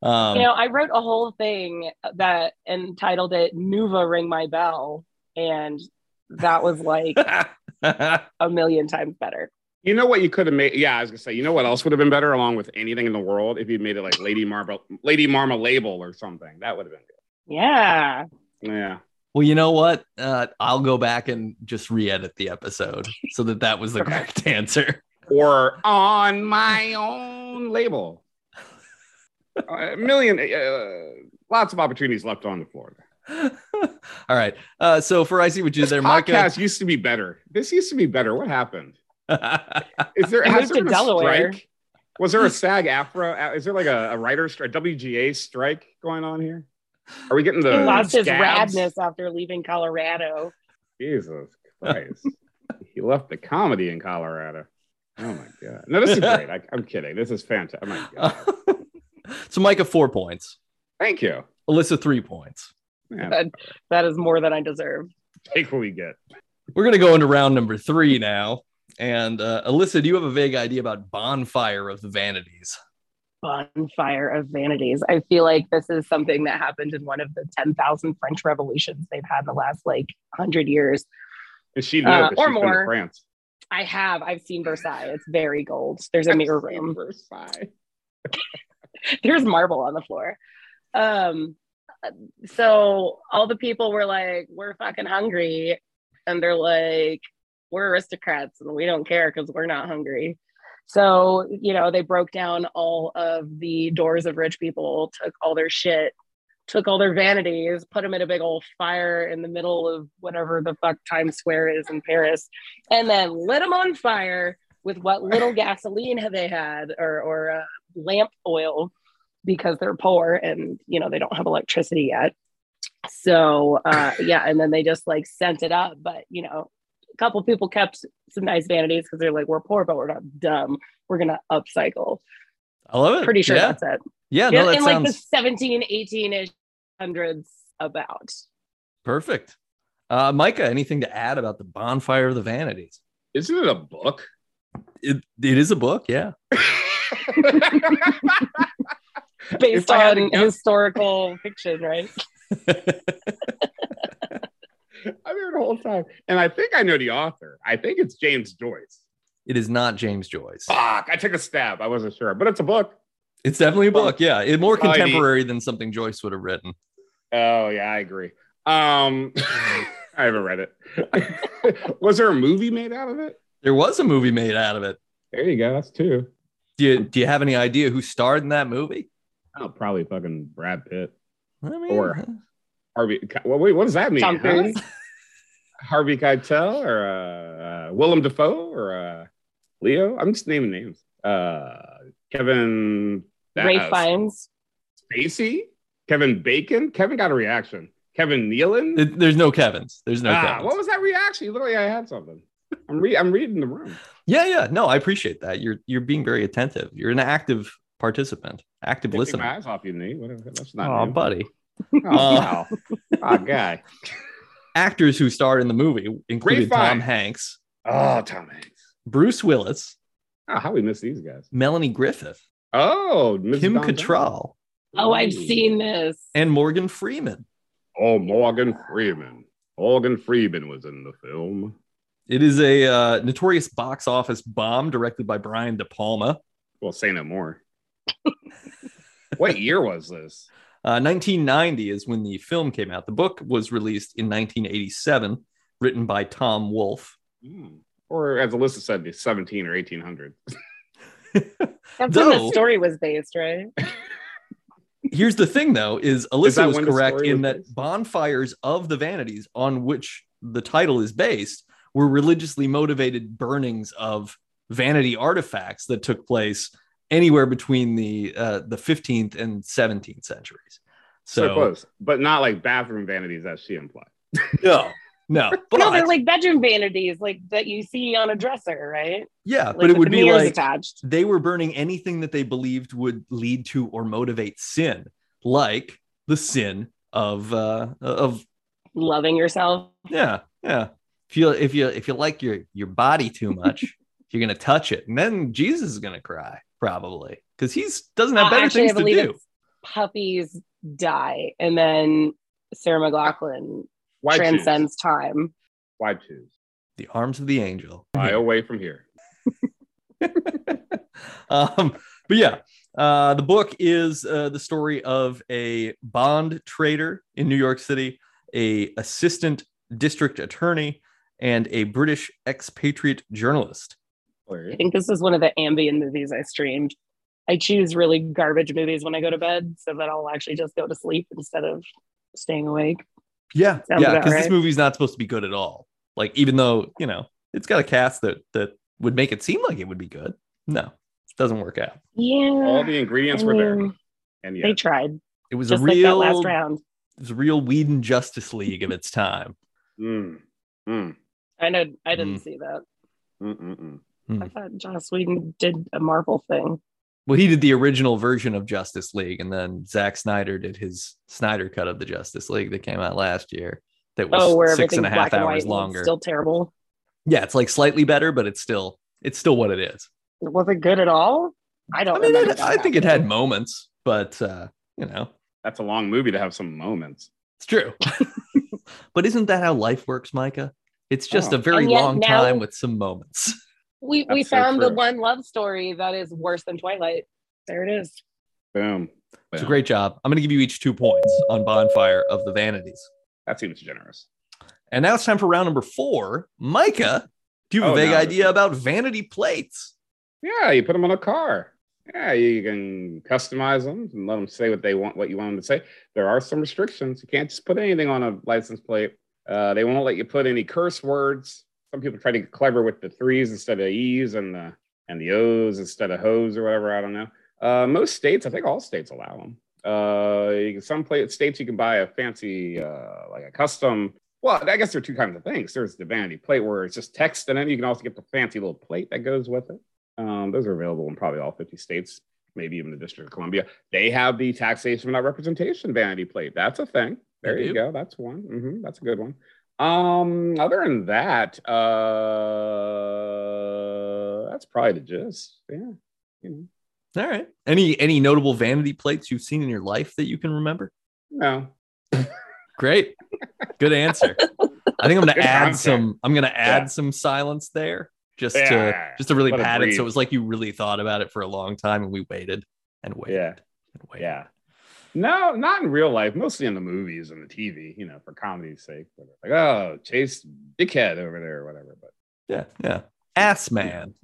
S1: Um,
S2: you know, I wrote a whole thing that entitled it Nuva Ring My Bell, and that was like a million times better.
S3: You know what you could have made? Yeah, I was gonna say. You know what else would have been better, along with anything in the world, if you'd made it like Lady Marble, Lady Marma label or something. That would have been
S2: Yeah.
S3: good. Yeah.
S1: well, you know what? Uh, I'll go back and just re-edit the episode so that that was the correct answer.
S3: Or on my own label. A million, uh, lots of opportunities left on the floor.
S1: All right. Uh, so for I see what you did there,
S3: This
S1: Micah.
S3: podcast used to be better. This used to be better. What happened? Is there
S2: You
S3: has
S2: moved
S3: there
S2: to
S3: been a
S2: Delaware.
S3: strike? Was there a SAG AFRA? Is there like a, a writer's strike, WGA strike going on here? Are we getting the
S2: he lost his
S3: scabs?
S2: radness after leaving Colorado.
S3: Jesus Christ. he left the comedy in Colorado. Oh my God. No, this is great. I, I'm kidding. This is fantastic. Oh my God.
S1: so Micah four points,
S3: Thank you.
S1: Alyssa three points.
S3: Man,
S2: That, that is more than I deserve.
S3: take what we get.
S1: We're gonna go into round number three now. And uh, Alyssa, do you have a vague idea about bonfire of the vanities?
S2: Bonfire of vanities. I feel like this is something that happened in one of the 10,000 French revolutions they've had in the last like 100 years.
S3: And she knew
S2: Uh,
S3: 'cause
S2: or
S3: she's been to
S2: more.
S3: France.
S2: I have. I've seen Versailles. It's very gold. There's a mirror room.
S3: Versailles.
S2: There's marble on the floor. Um, so all the people were like, "We're fucking hungry," and they're like, "We're aristocrats and we don't care because we're not hungry." So you know, they broke down all of the doors of rich people, took all their shit, took all their vanities, put them in a big old fire in the middle of whatever the fuck Times Square is in Paris, and then lit them on fire with what little gasoline they had or or uh, lamp oil because they're poor and you know they don't have electricity yet so uh yeah and then they just like sent it up but you know a couple people kept some nice vanities because they're like we're poor but we're not dumb we're gonna upcycle
S1: I love it.
S2: pretty sure
S1: Yeah.
S2: that's it
S1: Yeah.
S2: yeah,
S1: No, that
S2: in
S1: sounds
S2: like the 17 18 ish hundreds about
S1: perfect. Uh, Micah, anything to add about the bonfire of the vanities?
S3: Isn't it a book?
S1: It, it is a book. Yeah.
S2: based
S3: If I had to
S2: on
S3: guess-
S2: historical fiction right
S3: I'm here the whole time. And I think I know the author. I think it's James Joyce.
S1: It is not James Joyce.
S3: Fuck. I took a stab. I wasn't sure, but it's a book.
S1: It's definitely a book. Yeah. It more
S3: Probably the-
S1: contemporary than something Joyce would have written.
S3: Oh, yeah, I agree. Um, I haven't read it. Was there a movie made out of it?
S1: There was a movie made out of it.
S3: There you go. That's two.
S1: Do you, do you have any idea who starred in that movie?
S3: Oh, probably fucking Brad Pitt.
S1: I mean,
S3: Or- Harvey. Well, wait, what does that mean?
S2: Tom
S3: huh?
S2: Cruise.
S3: Harvey Keitel or uh, Willem Dafoe or uh, Leo? I'm just naming names. Uh, Kevin
S2: ray
S3: uh,
S2: finds
S3: Spacey? Kevin Bacon? Kevin got a reaction. Kevin Nealon?
S1: Th- there's no Kevin's. There's no
S3: ah,
S1: Kevin's.
S3: what was that reaction? You look like I had something. I'm, re- I'm reading the room.
S1: yeah, yeah. No, I appreciate that. You're you're being very attentive. You're an active participant, active
S3: Take
S1: listener.
S3: my eyes off you, Nate. Whatever. That's not
S1: Oh,
S3: new.
S1: buddy.
S3: Oh, wow. oh, guy.
S1: Actors who starred in the movie included Tom
S3: Fine.
S1: Hanks,
S3: Oh, Tom Hanks.
S1: Bruce Willis,
S3: Oh, how we miss these guys.
S1: Melanie Griffith,
S3: Oh, Mrs.
S1: Kim
S3: Don
S1: Cattrall,
S3: Johnson.
S2: oh i've
S3: Ooh.
S2: seen this
S1: and Morgan Freeman.
S3: Oh, Morgan Freeman. Morgan Freeman was in the film.
S1: It is a uh, notorious box office bomb directed by Brian De Palma.
S3: Well, say no more. what year was this?
S1: Uh, 1990 is when the film came out. The book was released in 1987, written by Tom Wolfe.
S3: Hmm. Or as Alyssa said, the 17 or 1800.
S2: that's when
S1: Though-
S2: the story was based right
S1: Here's the thing, though, is
S3: Is
S1: Alyssa
S3: that
S1: was
S3: when the
S1: correct
S3: story
S1: in
S3: was
S1: that
S3: based?
S1: bonfires of the vanities, on which the title is based, were religiously motivated burnings of vanity artifacts that took place anywhere between the uh, the 15th and 17th centuries.
S3: So,
S1: So,
S3: close, but not like bathroom vanities as she implied.
S1: no, no, but
S2: no, they're like bedroom vanities, like that you see on a dresser, right?
S1: yeah,
S2: Like,
S1: but it
S2: with
S1: would
S2: the
S1: be
S2: mirrors
S1: like
S2: attached.
S1: they were burning anything that they believed would lead to or motivate sin, like the sin of uh, of
S2: Loving yourself.
S1: yeah yeah. If you if you if you like your your body too much, you're gonna touch it, and then Jesus is gonna cry probably because he's doesn't have
S2: Uh,
S1: better
S2: actually, I
S1: things to
S2: believe
S1: do.
S2: it's Puppies die, and then Sarah McLaughlin
S3: Why choose?
S2: transcends time.
S3: Why choose?
S1: The arms of the angel.
S3: Why away from here?
S1: um, but yeah, uh, the book is uh, the story of a bond trader in New York City, a assistant district attorney, and a British expatriate journalist.
S2: I think this is one of the ambient movies I streamed. I choose really garbage movies when I go to bed, so that I'll actually just go to sleep instead of staying awake.
S1: Yeah,
S2: Sounds
S1: yeah,
S2: about
S1: because this
S2: right.
S1: movie's not supposed to be good at all. Like, even though you know it's got a cast that that would make it seem like it would be good. No, Doesn't work out.
S2: Yeah.
S3: All the ingredients were there,
S2: mean,
S3: and
S2: They
S3: yet
S2: tried.
S1: It was
S2: Just
S1: a real
S2: like that last round.
S1: it was a real Whedon Justice League of its time.
S3: Mm, mm,
S2: I know I didn't
S1: Mm.
S2: see that.
S3: mm, mm, mm.
S2: I thought Joss Whedon did a Marvel thing.
S1: Well, he did the original version of Justice League, and then Zack Snyder did his Snyder cut of the Justice League that came out last year. That
S2: Oh, where
S1: was six and
S2: everything's
S1: a half
S2: black and
S1: hours
S2: white and
S1: longer.
S2: it's still terrible.
S1: yeah, it's like slightly better, but it's still it's still what it is.
S2: It wasn't good at all. I don't
S1: I mean,
S2: remember
S1: it,
S2: Oh, that
S1: I think it had
S2: happening.
S1: moments, but uh, you know,
S3: That's a long movie to have some moments.
S1: it's true. but isn't that how life works, Micah? It's just
S3: Oh.
S1: a very
S2: And yet
S1: long
S2: now-
S1: time with some moments.
S2: We we
S3: That's so
S2: found the
S3: true.
S2: one love story that is worse than Twilight. There it is.
S3: Boom.
S1: So
S3: Boom.
S1: great job. I'm going to give you each two points on Bonfire of the Vanities.
S3: That seems generous.
S1: And now it's time for round number four. Micah, do you have
S3: Oh,
S1: a vague
S3: no.
S1: idea about vanity plates?
S3: Yeah, you put them on a car. Yeah, you can customize them and let them say what they want, what you want them to say. There are some restrictions. You can't just put anything on a license plate. Uh, they won't let you put any curse words. Some people try to get clever with the threes instead of e's and the and the o's instead of hoes or whatever. I don't know. Uh, most states, I think all states allow them. Uh, you can, some pla states you can buy a fancy uh, like a custom. Well, I guess there are two kinds of things. There's the vanity plate where it's just text, and then you can also get the fancy little plate that goes with it. Um, those are available in probably all 50 states, maybe even the District of Columbia. They have the taxation without representation vanity plate. That's a thing. There
S1: They
S3: you
S1: do?
S3: go. That's one. hmm that's a good one. Um, other than that, uh, that's probably the gist. Yeah. You know,
S1: All right. Any any notable vanity plates you've seen in your life that you can remember?
S3: no.
S1: Great. Good answer. I think I'm going to
S3: Good
S1: add
S3: contact.
S1: some I'm going to add
S3: Yeah.
S1: some silence there just to
S3: Yeah.
S1: just to really
S3: Let it
S1: pad it so
S3: breathe.
S1: it was like you really thought about it for a long time and we waited and waited
S3: Yeah.
S1: and waited.
S3: Yeah. No, not in real life. Mostly in the movies and the TV, you know, for comedy's sake. But it's Like, oh, Chase Dickhead over there or whatever. But
S1: Yeah. Yeah. Ass man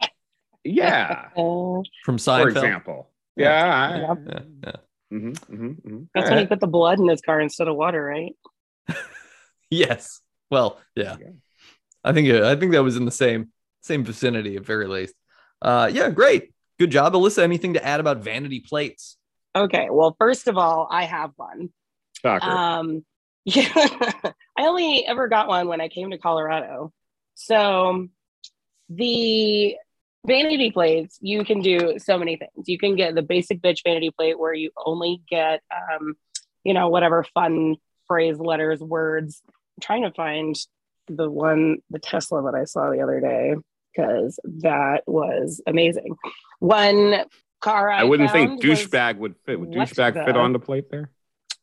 S3: yeah,
S2: Oh,
S1: from Seinfeld.
S3: for example. Yeah. I-
S2: Yep.
S1: Yeah, yeah.
S3: Mhm, mhm, mhm.
S2: that's
S3: All
S2: when he
S3: right.
S2: put the blood in his car instead of water, right?
S1: Yes. Well, yeah.
S3: Yeah.
S1: I think uh, I think that was in the same same vicinity at very least. Uh, yeah, great, good job, Alyssa. Anything to add about vanity plates?
S2: Okay. Well, first of all, I have one.
S3: Shocker.
S2: Um, yeah, I only ever got one when I came to Colorado. So the vanity plates, you can do so many things. You can get the basic bitch vanity plate where you only get, um, you know, whatever fun phrase, letters, words. I'm trying to find the one, the Tesla that I saw the other day because that was amazing. One car I,
S3: I wouldn't think
S2: found was-
S3: douchebag would fit. Would
S2: what
S3: douchebag fit
S2: the-
S3: on the plate there?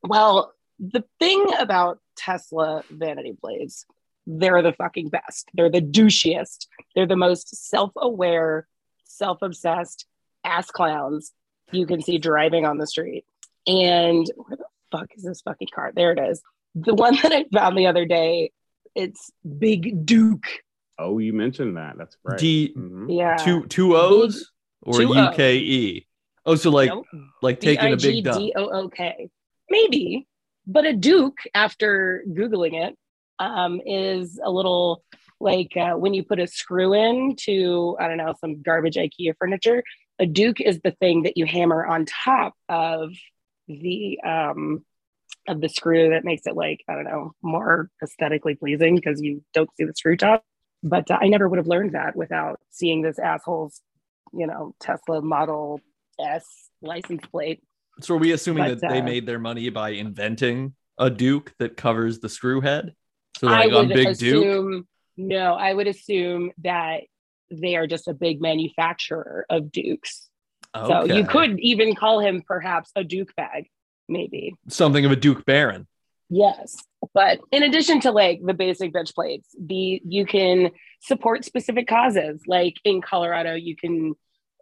S2: well, the thing about Tesla vanity blades, they're the fucking best. They're the douchiest. They're the most self aware, self obsessed ass clowns you can see driving on the street. And where the fuck is this fucking car? There it is. The one that I found the other day, it's Big Duke.
S3: Oh, you mentioned that. That's right.
S1: D
S3: Mhm.
S2: Yeah.
S1: two two O's or
S2: Two
S1: U K E? Oh, so like
S2: Nope.
S1: like taking a big dump.
S2: D-I-G-D-O-O-K. Maybe, but a Duke, after Googling it, um, is a little like uh, when you put a screw in to, I don't know, some garbage IKEA furniture, a Duke is the thing that you hammer on top of the. Um, of the screw that makes it like I don't know more aesthetically pleasing because you don't see the screw top. But uh, I never would have learned that without seeing this asshole's, you know, Tesla Model S license plate.
S1: So are we assuming
S2: But,
S1: that they
S2: uh,
S1: made their money by inventing a Duke that covers the screw head? So
S2: I
S1: like
S2: would
S1: on Big Duke.
S2: assume no. I would assume that they are just a big manufacturer of Dukes. So you
S1: Okay.
S2: could even call him perhaps a Duke bag, maybe.
S1: something of a Duke Baron.
S2: Yes. But in addition to like the basic bench plates, the you can support specific causes. Like in Colorado, you can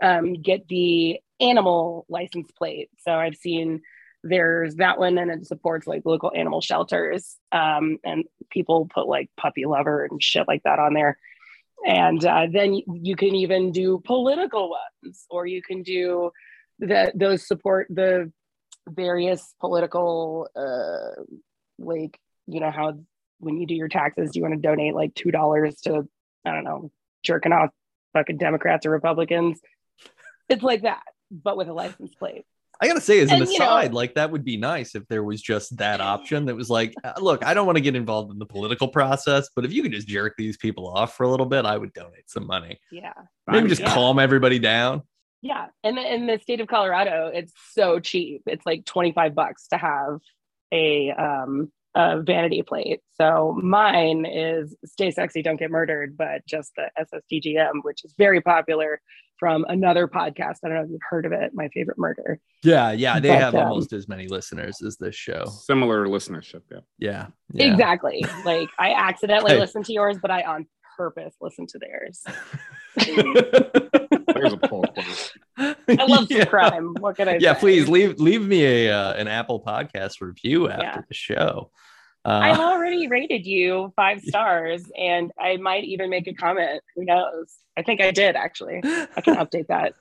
S2: um, get the animal license plate. So I've seen there's that one and it supports like local animal shelters. Um, and people put like puppy lover and shit like that on there. And uh, then you can even do political ones, or you can do the those support the various political uh, like you know how when you do your taxes you want to donate like two dollars to i don't know jerking off fucking democrats or republicans It's like that, but with a license plate.
S1: I gotta say, as an
S2: And, you know-
S1: aside, like that would be nice if there was just that option that was like, uh, look, I don't want to get involved in the political process, but if you could just jerk these people off for a little bit, I would donate some money.
S2: Yeah.
S1: Maybe just
S2: yeah.
S1: calm everybody down.
S2: Yeah. And in the state of Colorado, it's so cheap. It's like 25 bucks to have a um a vanity plate. So mine is stay sexy, don't get murdered, but just the SSTGM, which is very popular from another podcast. I don't know if you've heard of it, my favorite murder.
S1: Yeah, yeah, they
S2: But,
S1: have
S2: um,
S1: almost as many listeners as this show.
S3: Similar listenership. Yeah.
S1: Yeah, yeah.
S2: Exactly. Like I accidentally
S1: Hey.
S2: listened to yours, but I on purpose listened to theirs.
S3: There's a pull quote.
S2: I love
S1: yeah.
S2: crime. What can I
S1: Yeah,
S2: say?
S1: please leave leave me a uh, an Apple Podcast review after
S2: Yeah.
S1: the show.
S2: I've
S1: Uh,
S2: already rated you five stars, and I might even make a comment. Who knows? I think I did actually. I can update that.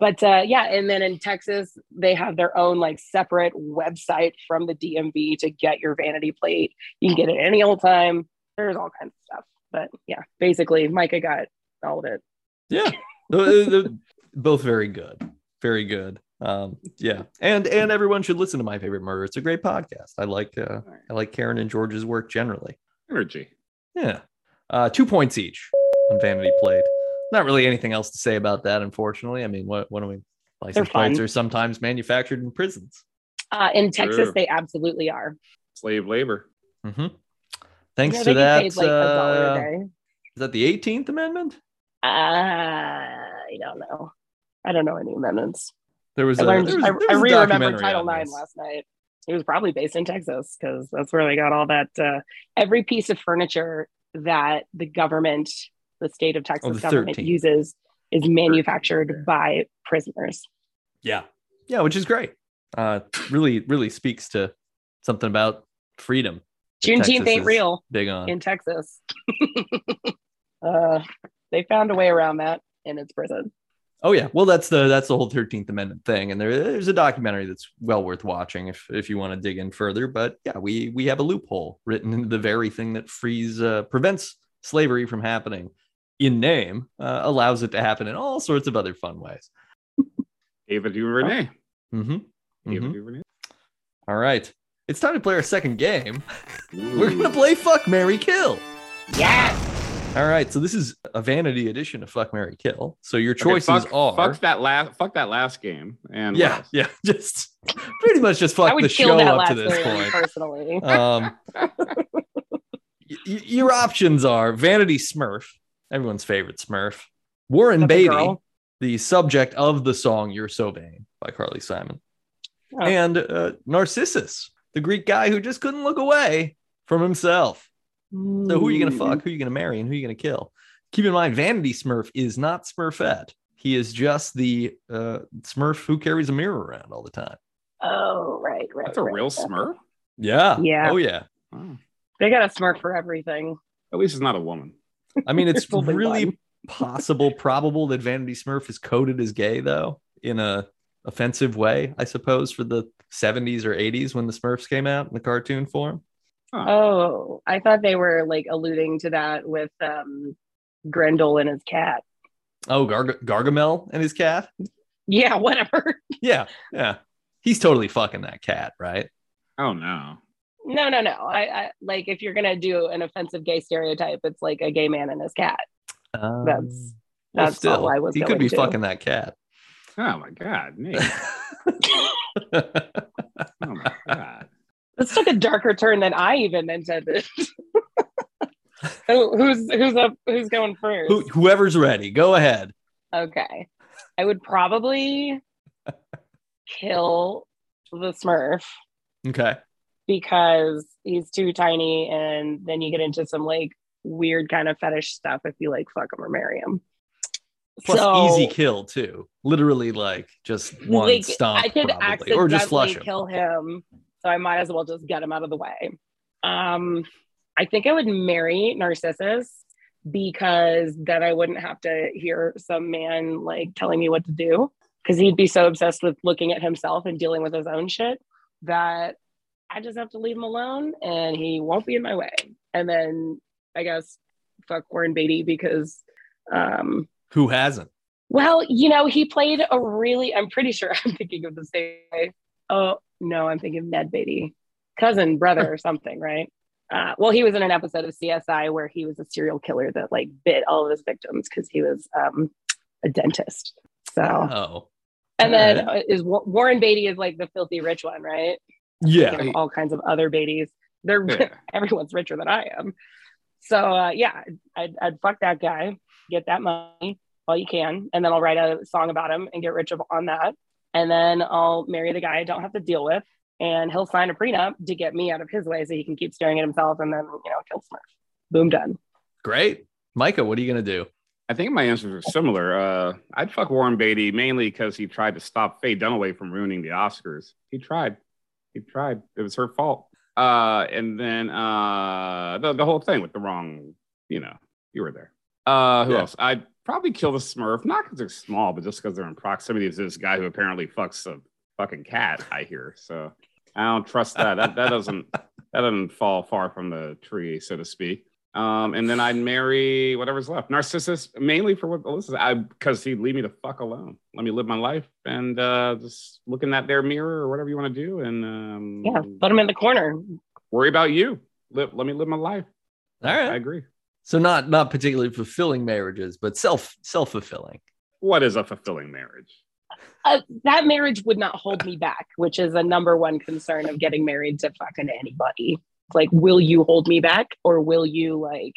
S2: But uh, yeah, and then in Texas, they have their own like separate website from the DMV to get your vanity plate. You can get it any old time. There's all kinds of stuff. But yeah, basically, Micah got all of it.
S1: yeah, The- the- the- both very good, very good. Um, yeah, and and everyone should listen to my favorite murder. It's a great podcast. I like uh, I like Karen and George's work generally.
S3: Energy.
S1: Yeah, uh, two points each on Vanity Plate. Not really anything else to say about that, unfortunately. I mean, what what do we? License plates
S2: fun.
S1: are sometimes manufactured in prisons.
S2: Uh, in Texas,
S3: Sure.
S2: they absolutely are.
S3: Slave labor.
S1: hmm
S2: You
S1: Thanks
S2: know,
S1: to
S2: they get
S1: that,
S2: paid, like, a dollar
S1: uh,
S2: a day.
S1: is that the 18th Amendment?
S2: Uh, I don't know. I don't know any amendments.
S1: There was
S2: I
S1: a-
S2: learned.
S1: there was-
S2: I,
S1: there was
S2: I
S1: a
S2: re-remembered
S1: documentary
S2: Title
S1: on
S2: IX
S1: this.
S2: last night. It was probably based in Texas because that's where they got all that. Uh, every piece of furniture that the government, the state of Texas
S1: Oh, the
S2: government
S1: 13th.
S2: uses, is manufactured
S3: yeah.
S2: by prisoners.
S1: Yeah, yeah, which is great. Uh, really, really speaks to something about freedom. that
S2: Juneteenth
S1: Texas
S2: ain't
S1: is
S2: real
S1: Big on.
S2: in Texas. uh, they found a way around that in its prison.
S1: Oh yeah, well that's the that's the whole Thirteenth Amendment thing, and there, there's a documentary that's well worth watching if if you want to dig in further. But yeah, we we have a loophole written into the very thing that frees uh, prevents slavery from happening in name, uh, allows it to happen in all sorts of other fun ways.
S3: David Duvernay.
S1: hmm
S3: David Duvernay.
S1: All right, it's time to play our second game. We're gonna play Fuck Mary Kill.
S2: Yes.
S1: All right, so this is a vanity edition of Fuck Mary Kill. So your
S3: Okay,
S1: choices
S3: fuck,
S1: are
S3: fuck that last fuck that last game and
S1: yeah, yeah, just pretty much just
S2: I
S1: fuck the
S2: would
S1: show
S2: kill that
S1: up to
S2: last
S1: this
S2: one
S1: point.
S2: personally.
S1: Um, y- y- your options are Vanity Smurf, everyone's favorite Smurf, Warren
S2: That's a
S1: Beatty,
S2: girl.
S1: the subject of the song "You're So Vain" by Carly Simon,
S2: Oh.
S1: and uh, Narcissus, the Greek guy who just couldn't look away from himself. So who are you gonna fuck? Who are you gonna marry? And who are you gonna kill? Keep in mind, Vanity Smurf is not Smurfette. He is just the uh, Smurf who carries a mirror around all the time.
S2: Oh right, right.
S3: That's a
S2: right.
S3: real smurf.
S1: Yeah.
S2: Yeah.
S1: Oh yeah.
S3: Wow.
S2: They got a smirk for everything.
S3: At least it's not a woman.
S1: I mean, it's
S2: It'll be
S1: really
S2: fun.
S1: possible, probable that Vanity Smurf is coded as gay though, in a offensive way, I suppose, for the 70s or 80s when the Smurfs came out in the cartoon form.
S3: Huh.
S2: Oh, I thought they were like alluding to that with um Grendel and his cat.
S1: Oh, Gar- Gargamel and his cat.
S2: Yeah, whatever.
S1: Yeah. Yeah. He's totally fucking that cat, right?
S3: Oh no.
S2: No, no, no. I, I like if you're gonna do an offensive gay stereotype, it's like a gay man and his cat.
S1: Um,
S2: That's-
S1: well,
S2: that's all I was
S1: He could
S2: going
S1: be
S2: to.
S1: fucking that cat.
S3: Oh my god, Nate. Oh my god.
S2: This took a darker turn than I even intended. Who- who's who's up? Who's going first?
S1: Who, whoever's ready, go ahead.
S2: Okay, I would probably kill the Smurf.
S1: Okay.
S2: because he's too tiny and then you get into some like weird kind of fetish stuff if you like fuck him or marry him
S1: Plus
S2: So,
S1: easy kill too. Literally like just one
S2: like,
S1: stomp
S2: i could
S1: probably,
S2: accidentally
S1: or just flush him.
S2: kill him so i might as well just get him out of the way um i think i would marry narcissus because then i wouldn't have to hear some man like telling me what to do because he'd be so obsessed with looking at himself and dealing with his own shit that I just have to leave him alone and he won't be in my way. And then I guess fuck Warren Beatty because um
S1: Who hasn't?
S2: Well, you know, he played a really, I'm pretty sure I'm thinking of the same guy. Oh, no, I'm thinking of Ned Beatty, cousin, brother, or something, right? Uh, well, he was in an episode of CSI where he was a serial killer that like bit all of his victims because he was um, a dentist. So,
S1: Oh,
S2: and
S1: all
S2: then
S1: right.
S2: uh, is Wa- Warren Beatty is like the filthy rich one, right?
S1: yeah.
S2: Thinking of all kinds of other Beattys. They're
S3: Yeah.
S2: everyone's richer than I am. So uh, yeah, I'd, I'd fuck that guy, get that money while you can, and then I'll write a song about him and get rich of- on that. And then I'll marry the guy I don't have to deal with, and he'll sign a prenup to get me out of his way so he can keep staring at himself and then you know kill Smurf. Boom done.
S1: Great. Micah, what are you going to do?
S3: I think my answers are similar. Uh, I'd fuck Warren Beatty mainly because he tried to stop Faye Dunaway from ruining the Oscars. He tried. He tried. It was her fault. Uh, and then uh, the, the whole thing with the wrong, you know, you were there. Uh, who
S1: Yeah.
S3: else? I'd probably kill the Smurf, not because they're small, but just because they're in proximity to this guy who apparently fucks a fucking cat, I hear. So I don't trust that. That, that doesn't that doesn't fall far from the tree, so to speak. Um, and then I'd marry whatever's left. Narcissus, mainly for what Alyssa, I because he'd leave me the fuck alone. Let me live my life and uh, just look in that there mirror or whatever you want to do, and um,
S2: Yeah, put him in the corner.
S3: worry about you. Let, let me live my life.
S1: All
S3: I
S1: right.
S3: agree.
S1: So not not particularly fulfilling marriages, but self self fulfilling.
S3: What is a fulfilling marriage?
S2: Uh, that marriage would not hold me back, which is a number one concern of getting married to fucking anybody. It's like, will you hold me back, or will you like,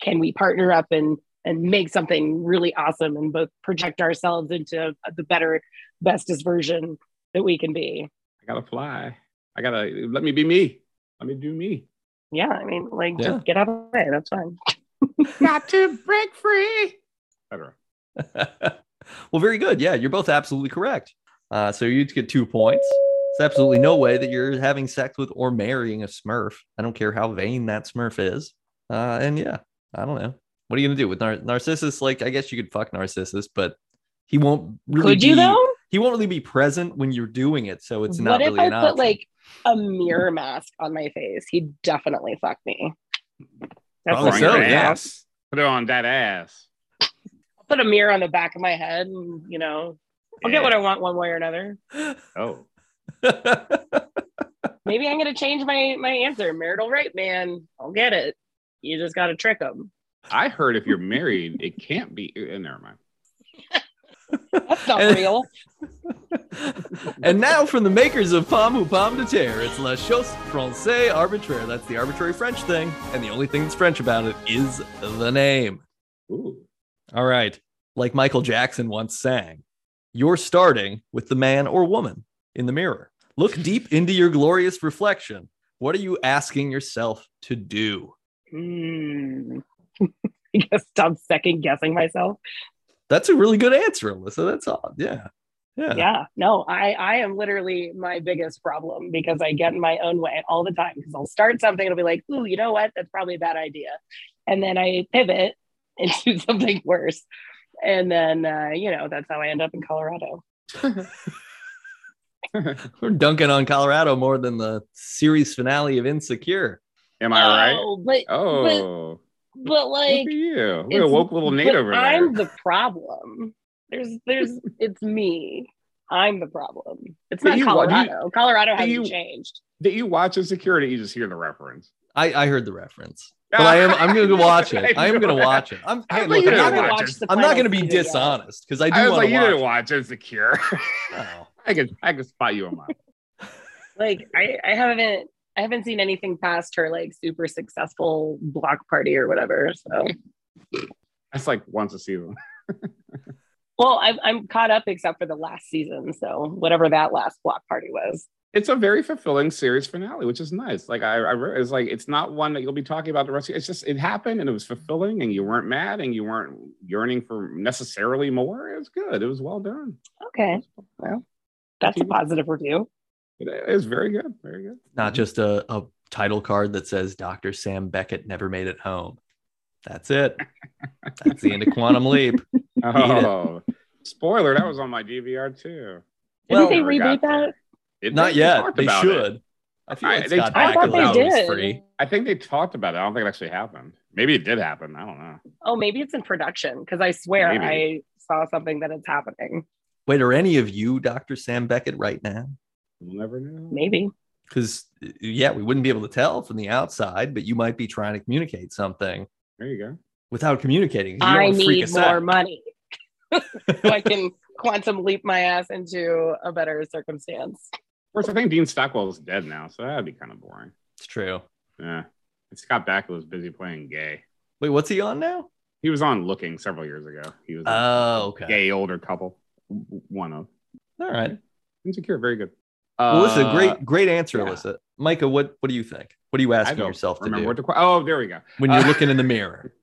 S2: can we partner up and and make something really awesome and both project ourselves into the better, bestest version that we can be?
S3: I gotta fly. I gotta let me be me. Let me do me.
S2: Yeah, I mean, like,
S1: Yeah.
S2: just get out of the way. That's fine.
S3: Got to break free. Etc.
S1: well, very good. Yeah, you're both absolutely correct. Uh, so you each get two points. There's absolutely no way that you're having sex with or marrying a Smurf. I don't care how vain that Smurf is. Uh, and yeah, I don't know. What are you gonna do with Nar- Narcissus? Like, I guess you could fuck Narcissus, but he won't really.
S2: Could you
S1: be-
S2: though?
S1: He won't really be present when you're doing it, so it's not
S2: what if
S1: really
S2: I
S1: an
S2: put
S1: option.
S2: like a mirror mask on my face? He'd definitely fuck me.
S3: Oh,
S2: That's
S1: Probably
S2: what
S1: Oh, so,
S2: I'm
S1: yeah.
S2: saying.
S3: ass. Put it on that ass.
S2: put a mirror on the back of my head and you know i'll
S3: Yeah.
S2: get what i want one way or another
S3: Oh,
S2: maybe i'm gonna change my my answer marital right man i'll get it you just gotta trick them
S3: I heard if you're married, it can't be. Uh, never mind.
S2: that's not
S1: And-
S2: real
S1: and now from the makers of Pomme ou Pomme de Terre, it's La Chose Francais Arbitraire. That's the arbitrary French thing. And the only thing that's French about it is the name.
S3: Ooh.
S1: All right. Like Michael Jackson once sang, you're starting with the man or woman in the mirror. Look deep into your glorious reflection. What are you asking yourself to do?
S2: Hmm. i guess stop second guessing myself
S1: That's a really good answer, Alyssa. That's odd. Yeah. Yeah.
S2: yeah no i i am literally my biggest problem because i get in my own way all the time because i'll start something and i'll be like ooh you know what that's probably a bad idea and then i pivot and do something worse and then uh, you know that's how i end up in colorado
S1: We're dunking on Colorado more than the series finale of Insecure.
S3: Am I right?
S2: oh, but
S3: Oh, look
S2: but like
S3: at you. We're a
S2: it's-
S3: woke little Nate
S2: but
S3: over
S2: i'm
S3: there.
S2: the problem there's there's it's me i'm the problem it's
S3: But
S2: not
S3: you- why do you-
S2: colorado colorado
S3: but you-
S2: hasn't changed
S3: Did you watch Insecurity? You just hear the reference.
S1: I, I heard the reference, but I am I'm going to watch it. I am going to watch it. I'm,
S3: I
S1: hey,
S3: thought
S1: look,
S3: you
S1: I'm
S3: didn't watch
S1: not gonna,
S3: it.
S2: watch the
S1: I'm not
S2: final
S1: going to be
S2: season yet.
S1: dishonest because I do
S3: I was
S1: want
S3: like,
S1: to
S3: you didn't
S1: watch.
S3: watch Insecure.
S1: it.
S3: I could, I could spot you on mine.
S2: like I, I haven't I haven't seen anything past her like super successful block party or whatever. So
S3: That's like once a season.
S2: well, I'm I'm caught up except for the last season. So whatever that last block party was.
S3: It's a very fulfilling series finale, which is nice. Like I, I re- it's like it's not one that you'll be talking about the rest. Of, it's just it happened and it was fulfilling, and you weren't mad and you weren't yearning for necessarily more. It was good. It was well done.
S2: Okay, well, that's a positive review.
S3: It, it was very good. Very good.
S1: Not just a, a title card that says Dr. Sam Beckett never made it home. That's it. That's the end of Quantum Leap.
S3: Oh, spoiler! That was on my DVR too.
S2: Didn't
S1: Well-
S2: they
S3: Never got
S2: reboot that?
S3: there. It-
S1: Not
S3: they
S1: yet.
S3: talked
S1: They
S3: about it.
S1: should. I feel
S3: I-
S1: like
S3: they-
S1: Scott
S3: I thought
S1: Bakula
S3: they
S1: was
S2: did.
S1: free.
S3: I think they talked about it. I don't think it actually happened. Maybe it did happen. I don't know.
S2: Oh, maybe it's in production because I swear
S3: Maybe.
S2: I saw something that is happening.
S1: Wait, are any of you Dr. Sam Beckett right now?
S3: We'll never know.
S2: Maybe.
S1: Because, yeah, we wouldn't be able to tell from the outside, but you might be trying to communicate something
S3: There you go.
S1: without communicating. You don't
S2: I
S1: wanna freak
S2: need
S1: us
S2: more
S1: out.
S2: money so I can quantum leap my ass into a better circumstance.
S3: Of course, I think Dean Stockwell is dead now, so that'd be kind of boring.
S1: It's true.
S3: Yeah. And Scott Bakula was busy playing gay.
S1: Wait, what's he on now?
S3: He was on Looking several years ago. He was
S1: Oh, okay.
S3: gay older couple. W- One of
S1: All right.
S3: insecure, very good.
S1: Well, Alyssa,
S3: Uh,
S1: great, great answer,
S3: yeah.
S1: Alyssa. Micah, what, what do you think? What are you
S3: I
S1: asking
S3: don't
S1: yourself to
S3: remember
S1: do
S3: what the que- oh, there we go.
S1: when you're
S3: Uh,
S1: looking in the mirror?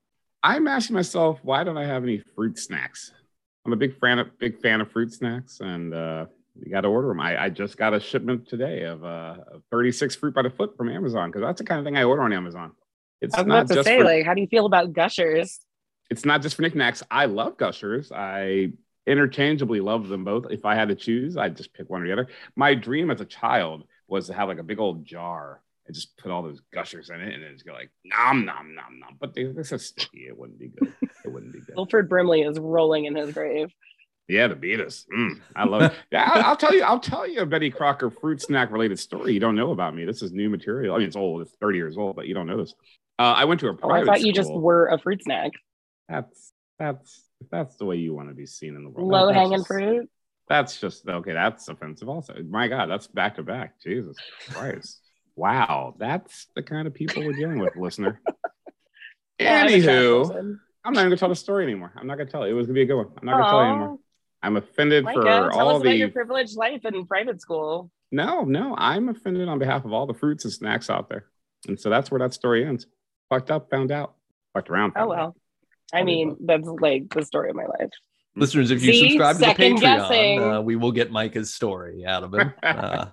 S3: I'm asking myself, why don't I have any fruit snacks? I'm a big fan of big fan of fruit snacks, and uh, you got to order them. I, I just got a shipment today of uh, of 36 fruit by the foot from Amazon because that's the kind of thing I order on Amazon. It's
S2: I was
S3: not
S2: about to
S3: just
S2: say,
S3: for,
S2: like, how do you feel about gushers?
S3: it's not just for knickknacks. I love gushers. I interchangeably love them both. If I had to choose, I'd just pick one or the other. My dream as a child was to have like a big old jar and just put all those gushers in it and then just go like nom nom nom nom. But they, they're so sticky, it wouldn't be good. It wouldn't be good.
S2: Wilfred Brimley is rolling in his grave.
S3: Yeah, the Beatles. Mm, I love it. Yeah, I'll, I'll tell you. I'll tell you a Betty Crocker fruit snack related story you don't know about me. This is new material. I mean, it's old. It's thirty years old, but you don't know this. Uh, I went to a
S2: Oh, I
S3: private.
S2: thought you just
S3: school.
S2: were a fruit snack.
S3: That's that's that's the way you want to be seen in the world.
S2: Low
S3: Oh, That's
S2: hanging
S3: just-
S2: fruit.
S3: That's just okay. That's offensive. Also, my God, that's back to back. Jesus Christ! Wow, that's the kind of people we're dealing with, listener.
S2: Yeah, I'm a trash
S3: Anywho,
S2: person.
S3: I'm not going to tell the story anymore. I'm not going to tell it. It was going to be a good one. I'm not going to tell you
S2: Aw,
S3: anymore. I'm offended
S2: Micah,
S3: for
S2: tell
S3: all
S2: us
S3: the
S2: about your privileged life in private school.
S3: No, no, I'm offended on behalf of all the fruits and snacks out there. And so that's where that story ends. Fucked up, found out. Fucked around.
S2: Oh
S3: found out.
S2: well. I
S3: Probably
S2: mean, that's like the story of my life.
S1: Listeners, if you
S2: See?
S1: subscribe to the
S2: Second guessing.
S1: Patreon, uh, we will get Micah's story out of him. Uh,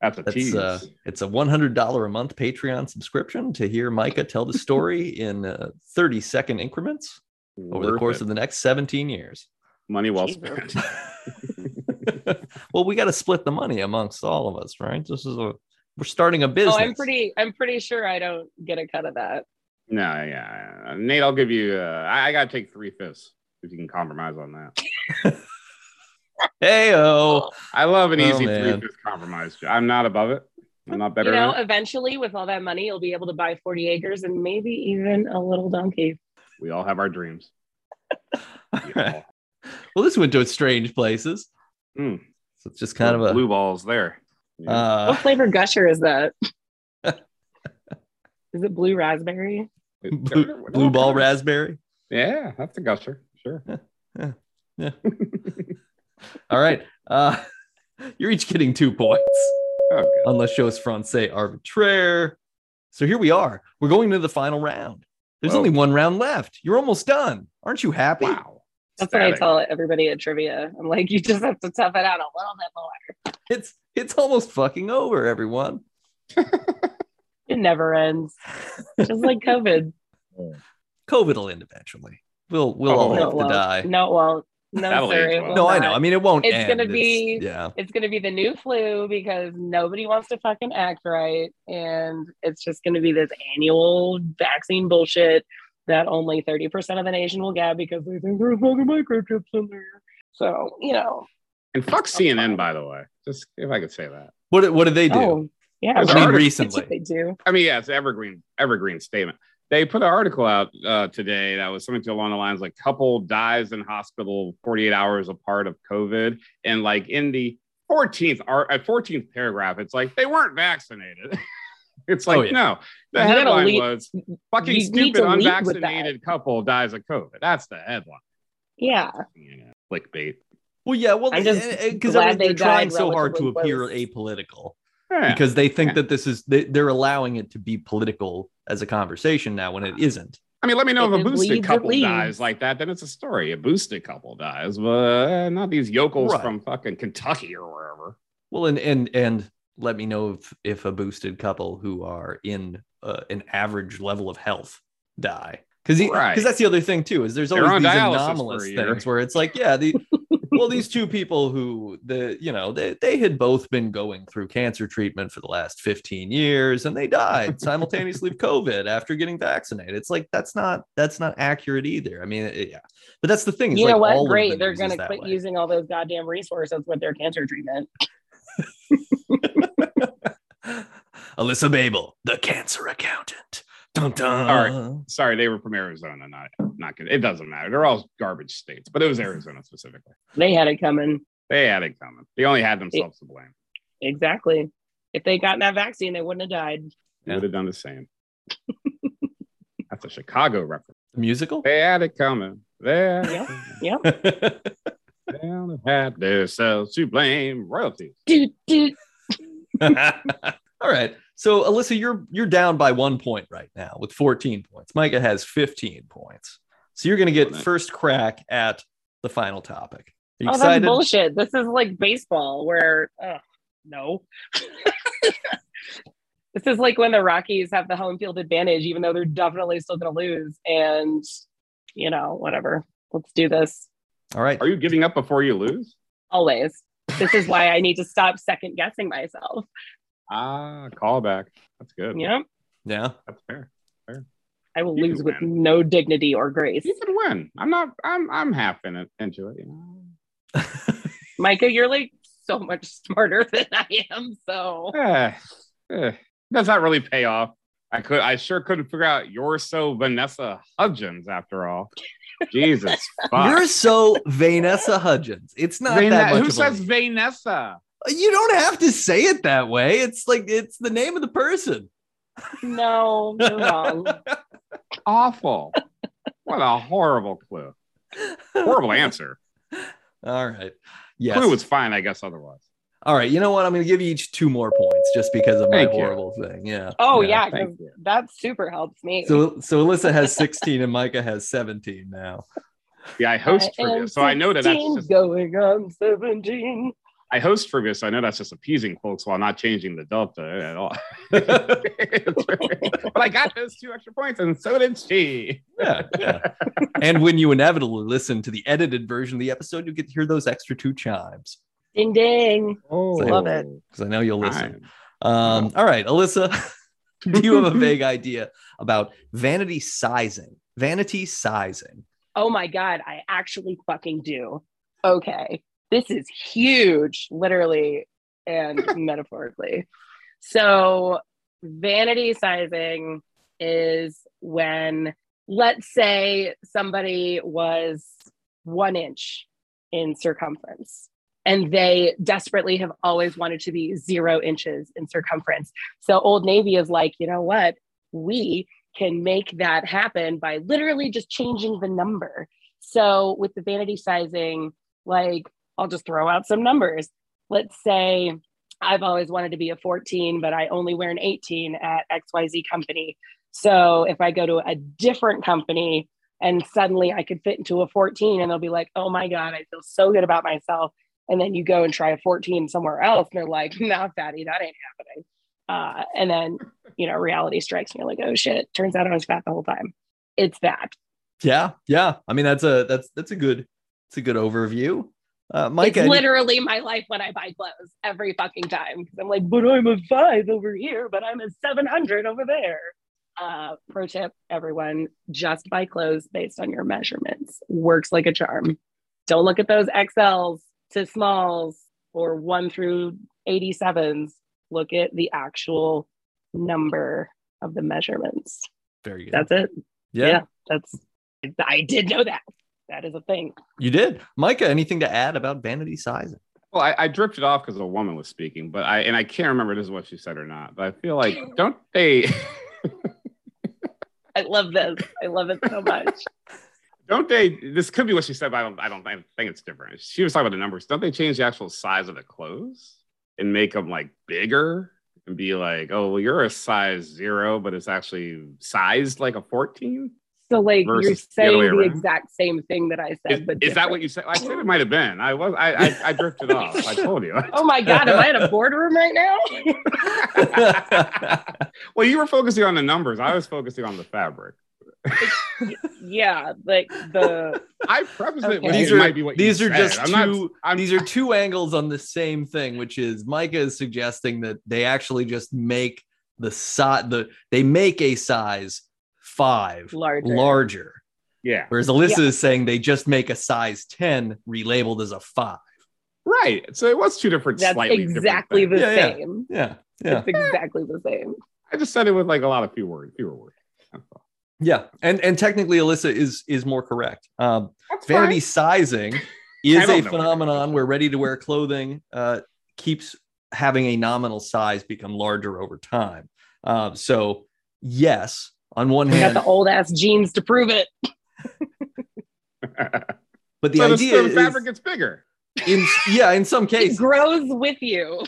S3: that's a
S1: that's
S3: tease.
S1: uh, it's a one hundred dollar a month Patreon subscription to hear Micah tell the story in uh, thirty second increments over the
S3: Worth
S1: course
S3: it.
S1: of the next seventeen years.
S3: money well
S2: Jesus.
S3: spent.
S1: well, we got to split the money amongst all of us, right? This is a we're starting a business.
S2: Oh, I'm pretty I'm pretty sure I don't get a cut of that.
S3: no, yeah. yeah. Nate, I'll give you uh, I, I gotta take three fifths if you can compromise on that.
S1: Hey, oh,
S3: I love an
S1: Oh,
S3: easy
S1: man.
S3: three fifths compromise. I'm not above it. I'm not better
S2: you know,
S3: than it.
S2: eventually with all that money, you'll be able to buy 40 acres and maybe even a little donkey.
S3: We all have our dreams. We all.
S1: well, this went to strange places.
S3: Hmm.
S1: So it's just kind of a.
S3: blue balls there. Yeah.
S1: Uh,
S2: what flavor gusher is that? is it blue raspberry?
S1: blue, blue ball raspberry.
S3: Yeah, that's a gusher. Sure.
S1: All right. Uh, you're each getting two points.
S3: Oh, good.
S1: on La Chose Francais Arbitraire. So here we are. We're going into the final round. There's
S3: Whoa.
S1: only one round left. You're almost done. Aren't you happy?
S3: Wow.
S2: That's what I
S3: Static.
S2: tell everybody at trivia. I'm like, you just have to tough it out a little bit more.
S1: It's it's almost fucking over, everyone.
S2: It never ends. Just like COVID.
S1: COVID will end eventually. We'll we'll all
S3: Oh,
S1: have
S2: no,
S1: to
S2: well,
S1: die.
S2: no, well, no,
S3: That'll
S2: sir,
S3: age
S2: it
S3: well.
S2: will
S1: no, I know.
S2: not.
S1: I mean, it won't.
S2: It's
S1: end.
S2: gonna be-
S1: yeah.
S2: it's going to be the new flu because nobody wants to fucking act right. And it's just going to be this annual vaccine bullshit that only 30% of the nation will get because they think there's fucking microchips in there. So, you know,
S3: And fuck CNN, by the way. Just if I could say that.
S1: What what did they do?
S2: oh, yeah.
S3: There's
S1: I mean,
S2: right.
S3: already-
S2: That's what
S1: recently.
S2: they do.
S3: I mean, yeah, it's evergreen, evergreen statement. They put an article out uh, today that was something along the lines like couple dies in hospital 48 hours apart of COVID, and like in the 14th art, uh, 14th paragraph, it's like they weren't vaccinated. it's like
S1: Oh, yeah.
S3: no, the
S2: You gotta
S3: headline
S2: lead-
S3: was fucking
S2: you need
S3: stupid
S2: to lead with that.
S3: unvaccinated couple dies of COVID. That's the headline.
S2: Yeah.
S3: You know, clickbait.
S1: Well, yeah. Well,
S2: I'm just
S1: because
S2: glad
S1: they
S2: they
S1: are trying
S2: died
S1: so hard to
S2: relatively
S1: appear
S2: close.
S1: apolitical
S3: Yeah.
S1: because they think
S3: Yeah.
S1: that this is they, they're allowing it to be political as a conversation now when it isn't.
S3: I mean, let me know
S2: If
S3: if a
S2: it
S3: boosted
S2: bleeds, it
S3: couple
S2: leads.
S3: dies like that, then it's a story. A boosted couple dies, but uh, not these yokels
S1: Right.
S3: from fucking Kentucky or wherever.
S1: Well, and and and let me know if if a boosted couple who are in uh, an average level of health die because
S3: Right.
S1: that's the other thing too is there's
S3: They're
S1: always
S3: on
S1: these
S3: dialysis for
S1: anomalous
S3: a year.
S1: things where it's like yeah the well, these two people who the you know they, they had both been going through cancer treatment for the last 15 years and they died simultaneously of COVID after getting vaccinated. It's like that's not that's not accurate either. I mean, it- yeah. But that's the thing. is,
S2: you know
S1: like, all
S2: what?
S1: of the
S2: Great. They're
S1: news
S2: going
S1: is
S2: to
S1: that
S2: quit
S1: way.
S2: using all those goddamn resources with their cancer treatment.
S1: Alyssa Babel, the cancer accountant. Dun, dun.
S3: All Sorry, they were from Arizona, not not good. It doesn't matter. They're all garbage states, but it was Arizona specifically.
S2: They had it coming.
S3: They had it coming. They only had themselves to blame.
S2: Exactly. If they gotten that vaccine, they wouldn't have died.
S3: They
S1: Yeah.
S3: would have done the same. That's a Chicago reference.
S1: The musical?
S3: They had it coming. They had,
S2: Yep.
S3: they only had themselves to blame. Royalties.
S2: Dude, dude.
S1: All right. So Alyssa, you're you're down by one point right now with 14 points. Micah has 15 points. So you're gonna get
S3: Nice.
S1: first crack at the final topic. Are you
S2: Oh, that's
S1: excited?
S2: bullshit. This is like baseball where, ugh, no. this is like when the Rockies have the home field advantage, even though they're definitely still going to lose. And, you know, whatever. Let's do this
S1: All right.
S3: Are you giving up before you lose?
S2: always. This is why I need to stop second guessing myself.
S3: Ah, callback. That's good.
S2: You know,
S1: Yeah.
S3: That's fair.
S2: I will
S3: You
S2: lose with
S3: win.
S2: no dignity or grace.
S3: You could win. I'm not. I'm. I'm half in it, into it. You know.
S2: Micah, you're like so much smarter than I am. So
S3: Eh, eh. Does that really pay off? I could. I sure couldn't figure out. You're so Vanessa Hudgens after all. Jesus fuck.
S1: You're so Vanessa Hudgens. It's not
S3: Vane-
S1: that much.
S3: who
S1: of a
S3: says
S1: leap.
S3: Vanessa?
S1: you don't have to say it that way. It's like it's the name of the person.
S2: no, you're wrong.
S3: Awful. what a horrible clue. Horrible answer.
S1: All right. Yes.
S3: Clue was fine, I guess. Otherwise,
S1: All right. You know what? I'm going to give you each two more points just because of my
S3: Thank you.
S1: horrible thing. Yeah.
S2: Oh yeah, 'cause
S3: thank you.
S2: that super helps me.
S1: So so Alyssa has 16 and Micah has 17 now.
S3: Yeah, I host
S2: I am
S3: trivia, so I know that that's
S2: 16
S3: just.
S2: going on seventeen.
S3: I host trivia, so I know that's just appeasing folks while not changing the delta at all. but I got those two extra points, and so did she.
S1: Yeah, yeah. and when you inevitably listen to the edited version of the episode, you get to hear those extra two chimes
S2: Ding ding.
S3: Oh,
S2: Love it.
S1: because I know you'll listen. Um, all right, Alyssa, do you have a vague idea about vanity sizing? Vanity sizing.
S2: Oh my god, I actually fucking do. Okay. This is huge, literally and metaphorically. So, vanity sizing is when, let's say, somebody was one inch in circumference and they desperately have always wanted to be zero inches in circumference. So, Old Navy is like, you know what? We can make that happen by literally just changing the number. So with the vanity sizing, like I'll just throw out some numbers. Let's say I've always wanted to be a 14, but I only wear an 18 at XYZ company. So if I go to a different company and suddenly I could fit into a 14 and they'll be like, oh my God, I feel so good about myself. And then you go and try a 14 somewhere else and they're like, nah, fatty, that ain't happening. Uh, and then you know, reality strikes and you're like, oh shit, turns out I was fat the whole time. It's that.
S1: Yeah, yeah. I mean, that's a that's that's a good it's a good overview. Uh, Micah,
S2: it's
S1: any-
S2: literally my life when I buy clothes every fucking time. 'Cause I'm like, but I'm a five over here, but I'm a 700 over there. Uh, pro tip, everyone, just buy clothes based on your measurements. Works like a charm. Don't look at those XLs to smalls or one through 87s. Look at the actual number of the measurements.
S1: very good.
S2: That's it.
S1: yeah,
S2: yeah. that's I did know that. That is a thing.
S1: you did. Micah, anything to add about vanity sizing?
S3: Well, I, I drifted off because a woman was speaking, but I and I can't remember if this is what she said or not. But I feel like don't they
S2: I love this. I love it so much.
S3: don't they this could be what she said, but I don't I don't I think it's different. She was talking about the numbers. Don't they change the actual size of the clothes and make them like bigger and be like, oh well, you're a size zero, but it's actually sized like a fourteen?
S2: So like you're
S3: Versus the other
S2: saying
S3: way
S2: the,
S3: around.
S2: exact same thing that I said,
S3: Is,
S2: but
S3: is that what
S2: different.
S3: you said? I said it might have been. I was I I, I drifted off. I told you.
S2: Oh my god, am I in a boardroom right now?
S3: well, you were focusing on the numbers. I was focusing on the fabric.
S2: yeah, like the
S3: I preface it
S2: Okay.
S3: with
S1: These
S3: it
S1: are-
S3: might be what you
S1: these are
S3: said.
S1: just
S3: I'm not-
S1: two-
S3: I'm-
S1: These are two angles on the same thing, which is Micah is suggesting that they actually just make the size the they make a size five
S2: larger.
S1: larger,
S3: yeah,
S1: whereas Alyssa is saying they just make a size ten relabeled as a five.
S3: right. So it was two different,
S2: That's
S3: slightly
S2: exactly
S3: different
S2: the
S3: things.
S1: Yeah, yeah.
S2: same.
S1: Yeah, yeah,
S2: It's exactly the same.
S3: I just said it with like a lot of few words, fewer words. That's all.
S1: yeah. And and technically, Alyssa is is more correct. Um,
S3: That's fine.
S1: Vanity sizing is
S3: I don't
S1: a
S3: know.
S1: phenomenon where ready to wear clothing uh, keeps having a nominal size become larger over time. Uh, so, yes, on one
S2: We got
S1: hand,
S2: the old ass jeans to prove it.
S1: but the
S3: so the-
S1: idea
S3: the,
S1: is,
S3: fabric gets bigger.
S1: in, yeah, in some
S2: It
S1: cases,
S2: grows with you.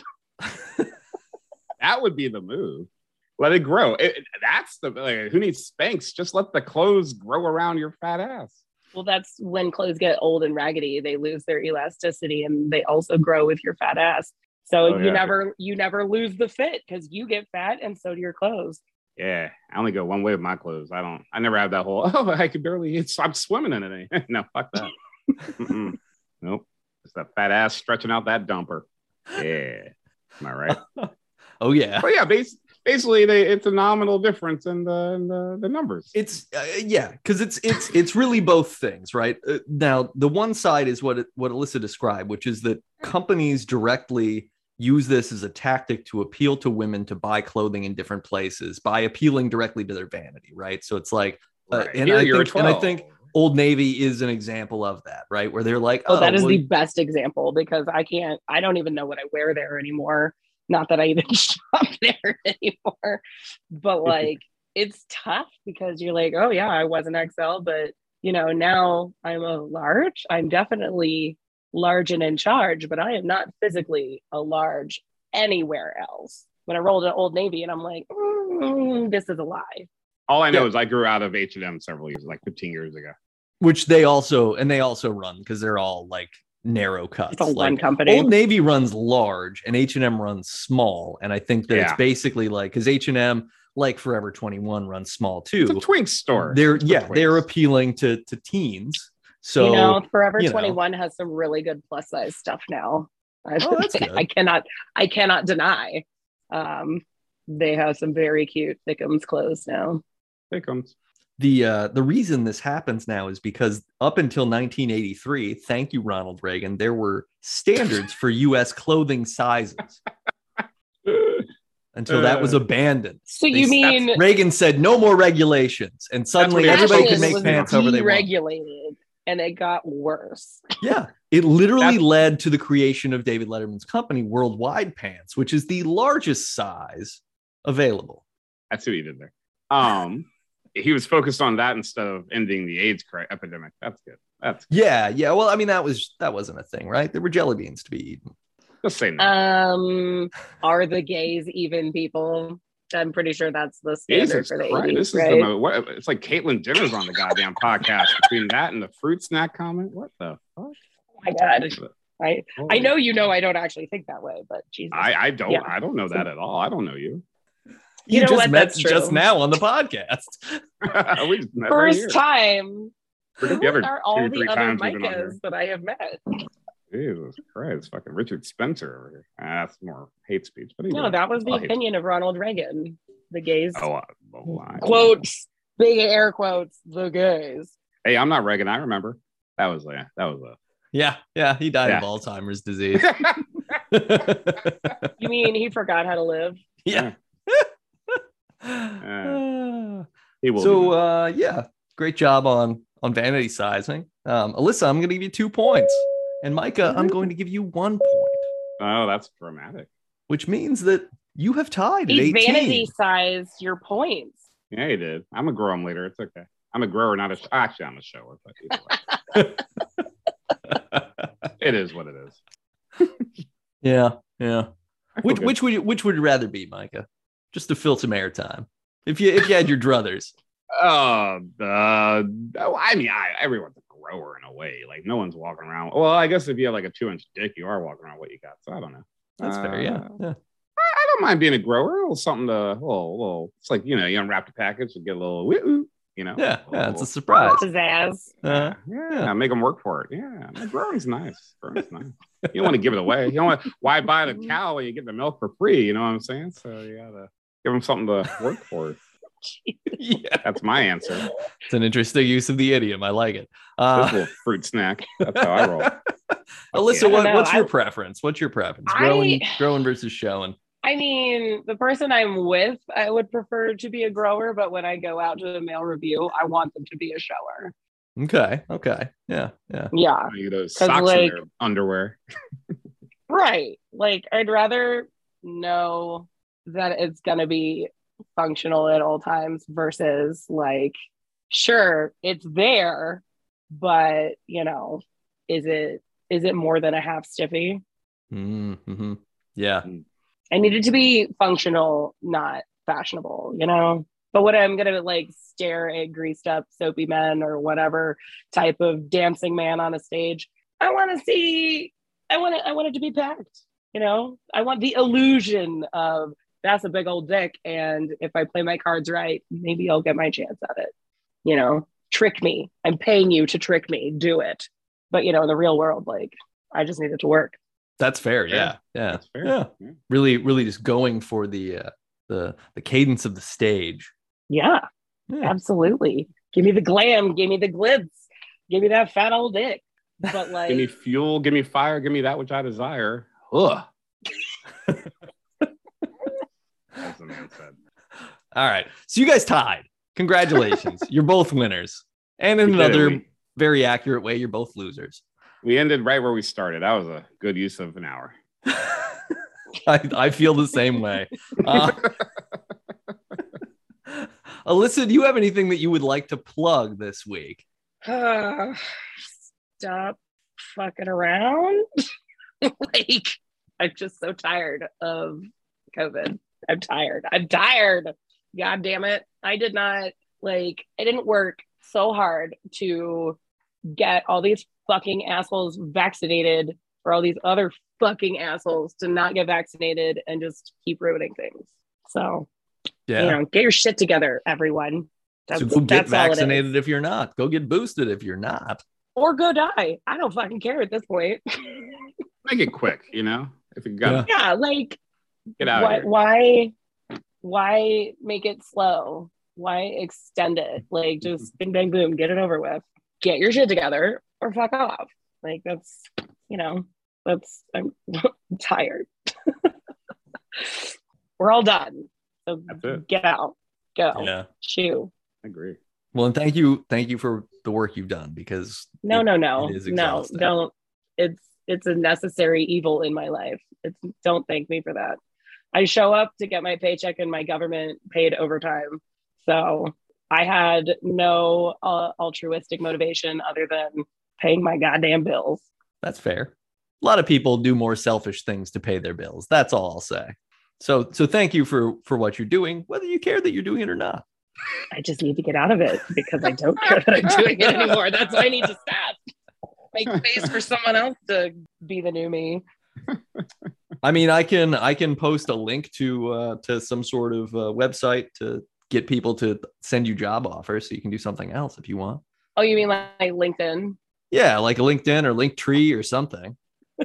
S3: That would be the move. Let it grow. It- that's the like, who needs Spanx? Just let the clothes grow around your fat ass.
S2: Well, that's when clothes get old and raggedy, they lose their elasticity and they also grow with your fat ass. So
S3: Oh,
S2: you
S3: yeah.
S2: never you never lose the fit because you get fat and so do your clothes.
S3: Yeah, I only go one way with my clothes. I don't. I never have that whole. Oh, I could barely. It's, I'm swimming in it. no, fuck that. Mm-mm. nope. It's that fat ass stretching out that dumper. Yeah. Am I right?
S1: oh yeah,
S3: but yeah, bas- basically, they, it's a nominal difference in the in the, the numbers.
S1: it's uh, yeah, because it's it's it's really both things, right? Uh, now, the one side is what it, what Alyssa described, which is that companies directly use this as a tactic to appeal to women to buy clothing in different places by appealing directly to their vanity, right? So it's like uh, and
S3: a
S1: I think- and I
S3: 12.
S1: think- Old Navy is an example of that, right? Where they're like,
S2: Oh, that is
S1: well,
S2: the best example because I can't I don't even know what I wear there anymore. Not that I even shop there anymore. But like it's tough because you're like, oh yeah, I was an XL, but you know, now I'm a large. I'm definitely large and in charge, but I am not physically a large anywhere else. When I rolled at Old Navy and I'm like, mm, this is a lie.
S3: All I know
S1: Yeah.
S3: is I grew out of H and M several years, like 15 years ago.
S1: which they also and they also run because they're all like narrow cuts.
S2: It's all
S1: like,
S2: one company.
S1: Old Navy runs large and H&M runs small and I think that it's
S3: Yeah.
S1: basically like cuz H&M like Forever 21 runs small
S3: It's a
S1: too.
S3: Twinks store.
S1: They're
S3: It's a
S1: yeah, they're
S3: Twinks.
S1: appealing to to teens. So
S2: you know, Forever
S1: you know.
S2: 21 has some really good plus size stuff now. I-
S1: Oh, that's good.
S2: I cannot, I cannot deny. Um, they have some very cute Thickums clothes now.
S3: Here comes.
S1: the uh, the reason this happens now is because up until 1983, thank you Ronald Reagan, there were standards for US clothing sizes until that was
S3: Uh.
S1: abandoned.
S2: So
S1: They
S2: you
S1: s-
S2: mean
S1: Reagan said no more regulations, and suddenly
S3: what
S2: fashion
S1: everybody can
S3: Reagan
S1: make
S2: was
S1: pants however they want.
S2: deregulated and it got worse.
S1: Yeah, it literally
S3: That's-
S1: led to the creation of David Letterman's company, Worldwide Pants, which is the largest size available.
S3: That's what he did there. Um, he was focused on that instead of ending the AIDS cri- epidemic. That's good. That's
S1: Yeah, yeah. Well, I mean, that was that wasn't a thing, right? There were jelly beans to be eaten.
S3: just saying.
S2: Uh,
S3: that.
S2: Um, are the gays even people? I'm pretty sure that's the standard
S3: Jesus
S2: for the
S3: Christ!
S2: 80s,
S3: This is
S2: right?
S3: the mo- what, it's like Caitlyn Jenner's on the goddamn podcast between that and the fruit snack comment. What the fuck?
S2: oh my God. I, I know you know I don't actually think that way, but Jesus.
S3: I, I don't
S2: Yeah.
S3: I don't know that at all. I don't know you.
S2: You know
S1: just
S2: what?
S1: met
S2: That's
S1: just
S2: true.
S1: now on the podcast.
S3: we just met right here.
S2: First time.
S3: We're
S2: Who
S3: together
S2: are all
S3: two or
S2: the
S3: three
S2: other
S3: times we've been on here.
S2: Micahs that I have met?
S3: Jesus Christ, fucking Richard Spencer over here. Ah, that's more hate speech. But anyway.
S2: No, that was the
S3: Right.
S2: opinion of Ronald Reagan. The gays,
S3: oh, I, oh, I-
S2: quotes, big air quotes, the gays.
S3: Hey, I'm not Reagan. I remember. That was a that was
S1: yeah, yeah. He died of
S3: Yeah.
S1: Alzheimer's disease.
S3: a
S2: You mean he forgot how to live?
S1: yeah.
S3: Uh. he will
S1: so
S3: do that.
S1: uh, yeah, great job on on vanity sizing. Um, Alyssa, I'm going to give you two points, and Micah,
S2: Mm-hmm.
S1: I'm going to give you one point.
S3: Oh, that's dramatic.
S1: which means that you have tied at
S2: He
S1: 18.
S2: vanity sized your points.
S3: Yeah, he did. I'm a grow 'em later. It's okay. I'm a grower, not a sh- actually I'm a shower, but either way, it is what it is.
S1: yeah, yeah.
S3: I feel
S1: Which
S3: good.
S1: which would you, which would you rather be, Micah? Just to fill some airtime. If you if you had your druthers,
S3: Uh, uh, oh, I mean, I, everyone's a grower in a way. Like, no one's walking around. Well, I guess if you have like a two inch dick, you are walking around with what you got. So I don't know.
S1: that's fair. Yeah,
S3: Uh,
S1: yeah.
S3: I, I don't mind being a grower. A little something to, a little, little, it's like, you know, you unwrap the package and get a little, woo You know?
S1: Yeah, yeah, it's a surprise.
S2: pizzazz.
S1: Uh,
S3: oh. Yeah, make them work for it. Yeah, no, growing's nice. Growing's nice. You don't want to give it away. You don't want why buy
S2: Mm-hmm.
S3: the cow when you get the milk for free. You know what I'm saying? So you gotta give them something to work for.
S1: yeah,
S3: That's my answer.
S1: it's an interesting use of the idiom. I like it.
S3: This
S1: Uh,
S3: little fruit snack. That's how I roll.
S1: Alyssa,
S3: Yeah.
S1: what,
S2: I don't
S1: what's
S2: know.
S1: your
S2: I-
S1: preference? What's your preference? Growing,
S2: I-
S1: growing versus showing.
S2: I mean, the person I'm with, I would prefer to be a grower, but when I go out to the mail review, I want them to be a shower.
S1: Okay, okay, yeah, yeah.
S2: Yeah,
S3: You know, those
S2: 'Cause,
S3: socks in
S2: like-
S3: their underwear.
S2: right. Like, I'd rather know that it's going to be functional at all times versus like, sure, it's there, but you know, is it is it more than a half stiffy?
S1: Mm-hmm. Yeah,
S2: I needed to be functional, not fashionable, you know? But what I'm gonna like stare at greased up soapy men or whatever type of dancing man on a stage. I wanna see I want it I want it to be packed, you know? I want the illusion of that's a big old dick and if I play my cards right, maybe I'll get my chance at it. You know, trick me. I'm paying you to trick me. Do it. But you know, in the real world, like I just need it to work.
S1: that's fair.
S3: Fair.
S1: Yeah, yeah.
S3: That's fair.
S1: Yeah. Really, really, just going for the uh, the the cadence of the stage.
S2: Yeah.
S1: Yeah.
S2: Absolutely. Give me the glam. Give me the glitz. Give me that fat old dick. But like,
S3: Give me fuel, give me fire, give me that which I desire.
S1: Ugh.
S3: As the man said.
S1: All right. So you guys tied. Congratulations. you're both winners. And in
S3: We did it.
S1: another
S3: We-
S1: very accurate way, you're both losers.
S3: We ended right where we started. That was a good use of an hour.
S1: I, I feel the same way. Uh, Alyssa, do you have anything that you would like to plug this week?
S2: stop fucking around. like, I'm just so tired of COVID. I'm tired. I'm tired. God damn it. I did not like, I didn't work so hard to get all these fucking assholes vaccinated or all these other fucking assholes to not get vaccinated and just keep ruining things. So, you know, get your shit together, everyone.
S1: so go get
S2: all it is.
S1: vaccinated if you're not. Go get boosted if you're not.
S2: or go die. I don't fucking care at this point.
S3: Make it quick, you know? If you got to
S2: yeah, like
S3: get out of
S2: why,
S3: here.
S2: why why make it slow? Why extend it? Like just bing bang boom, get it over with. Get your shit together or fuck off. Like that's you know, that's I'm, I'm tired. We're all done. So
S3: That's it.
S2: get out. Go.
S1: Yeah.
S2: Chew.
S3: I agree.
S1: Well, and thank you. Thank you for the work you've done because
S2: No,
S1: it-
S2: no, no.
S1: it is
S2: No,
S1: exhausting.
S2: don't. It's it's a necessary evil in my life. It's don't thank me for that. I show up to get my paycheck and my government paid overtime. So I had no uh, altruistic motivation other than paying my goddamn bills.
S1: That's fair. A lot of people do more selfish things to pay their bills. That's all I'll say. So so thank you for for what you're doing, whether you care that you're doing it or not.
S2: I just need to get out of it because I don't care that I'm doing it anymore. That's why I need to stop. Make space for someone else to be the new me.
S1: I mean, I can I can post a link to uh, to some sort of uh, website to get people to send you job offers, so you can do something else if you want.
S2: Oh, you mean like LinkedIn?
S1: Yeah, like LinkedIn or Linktree or something.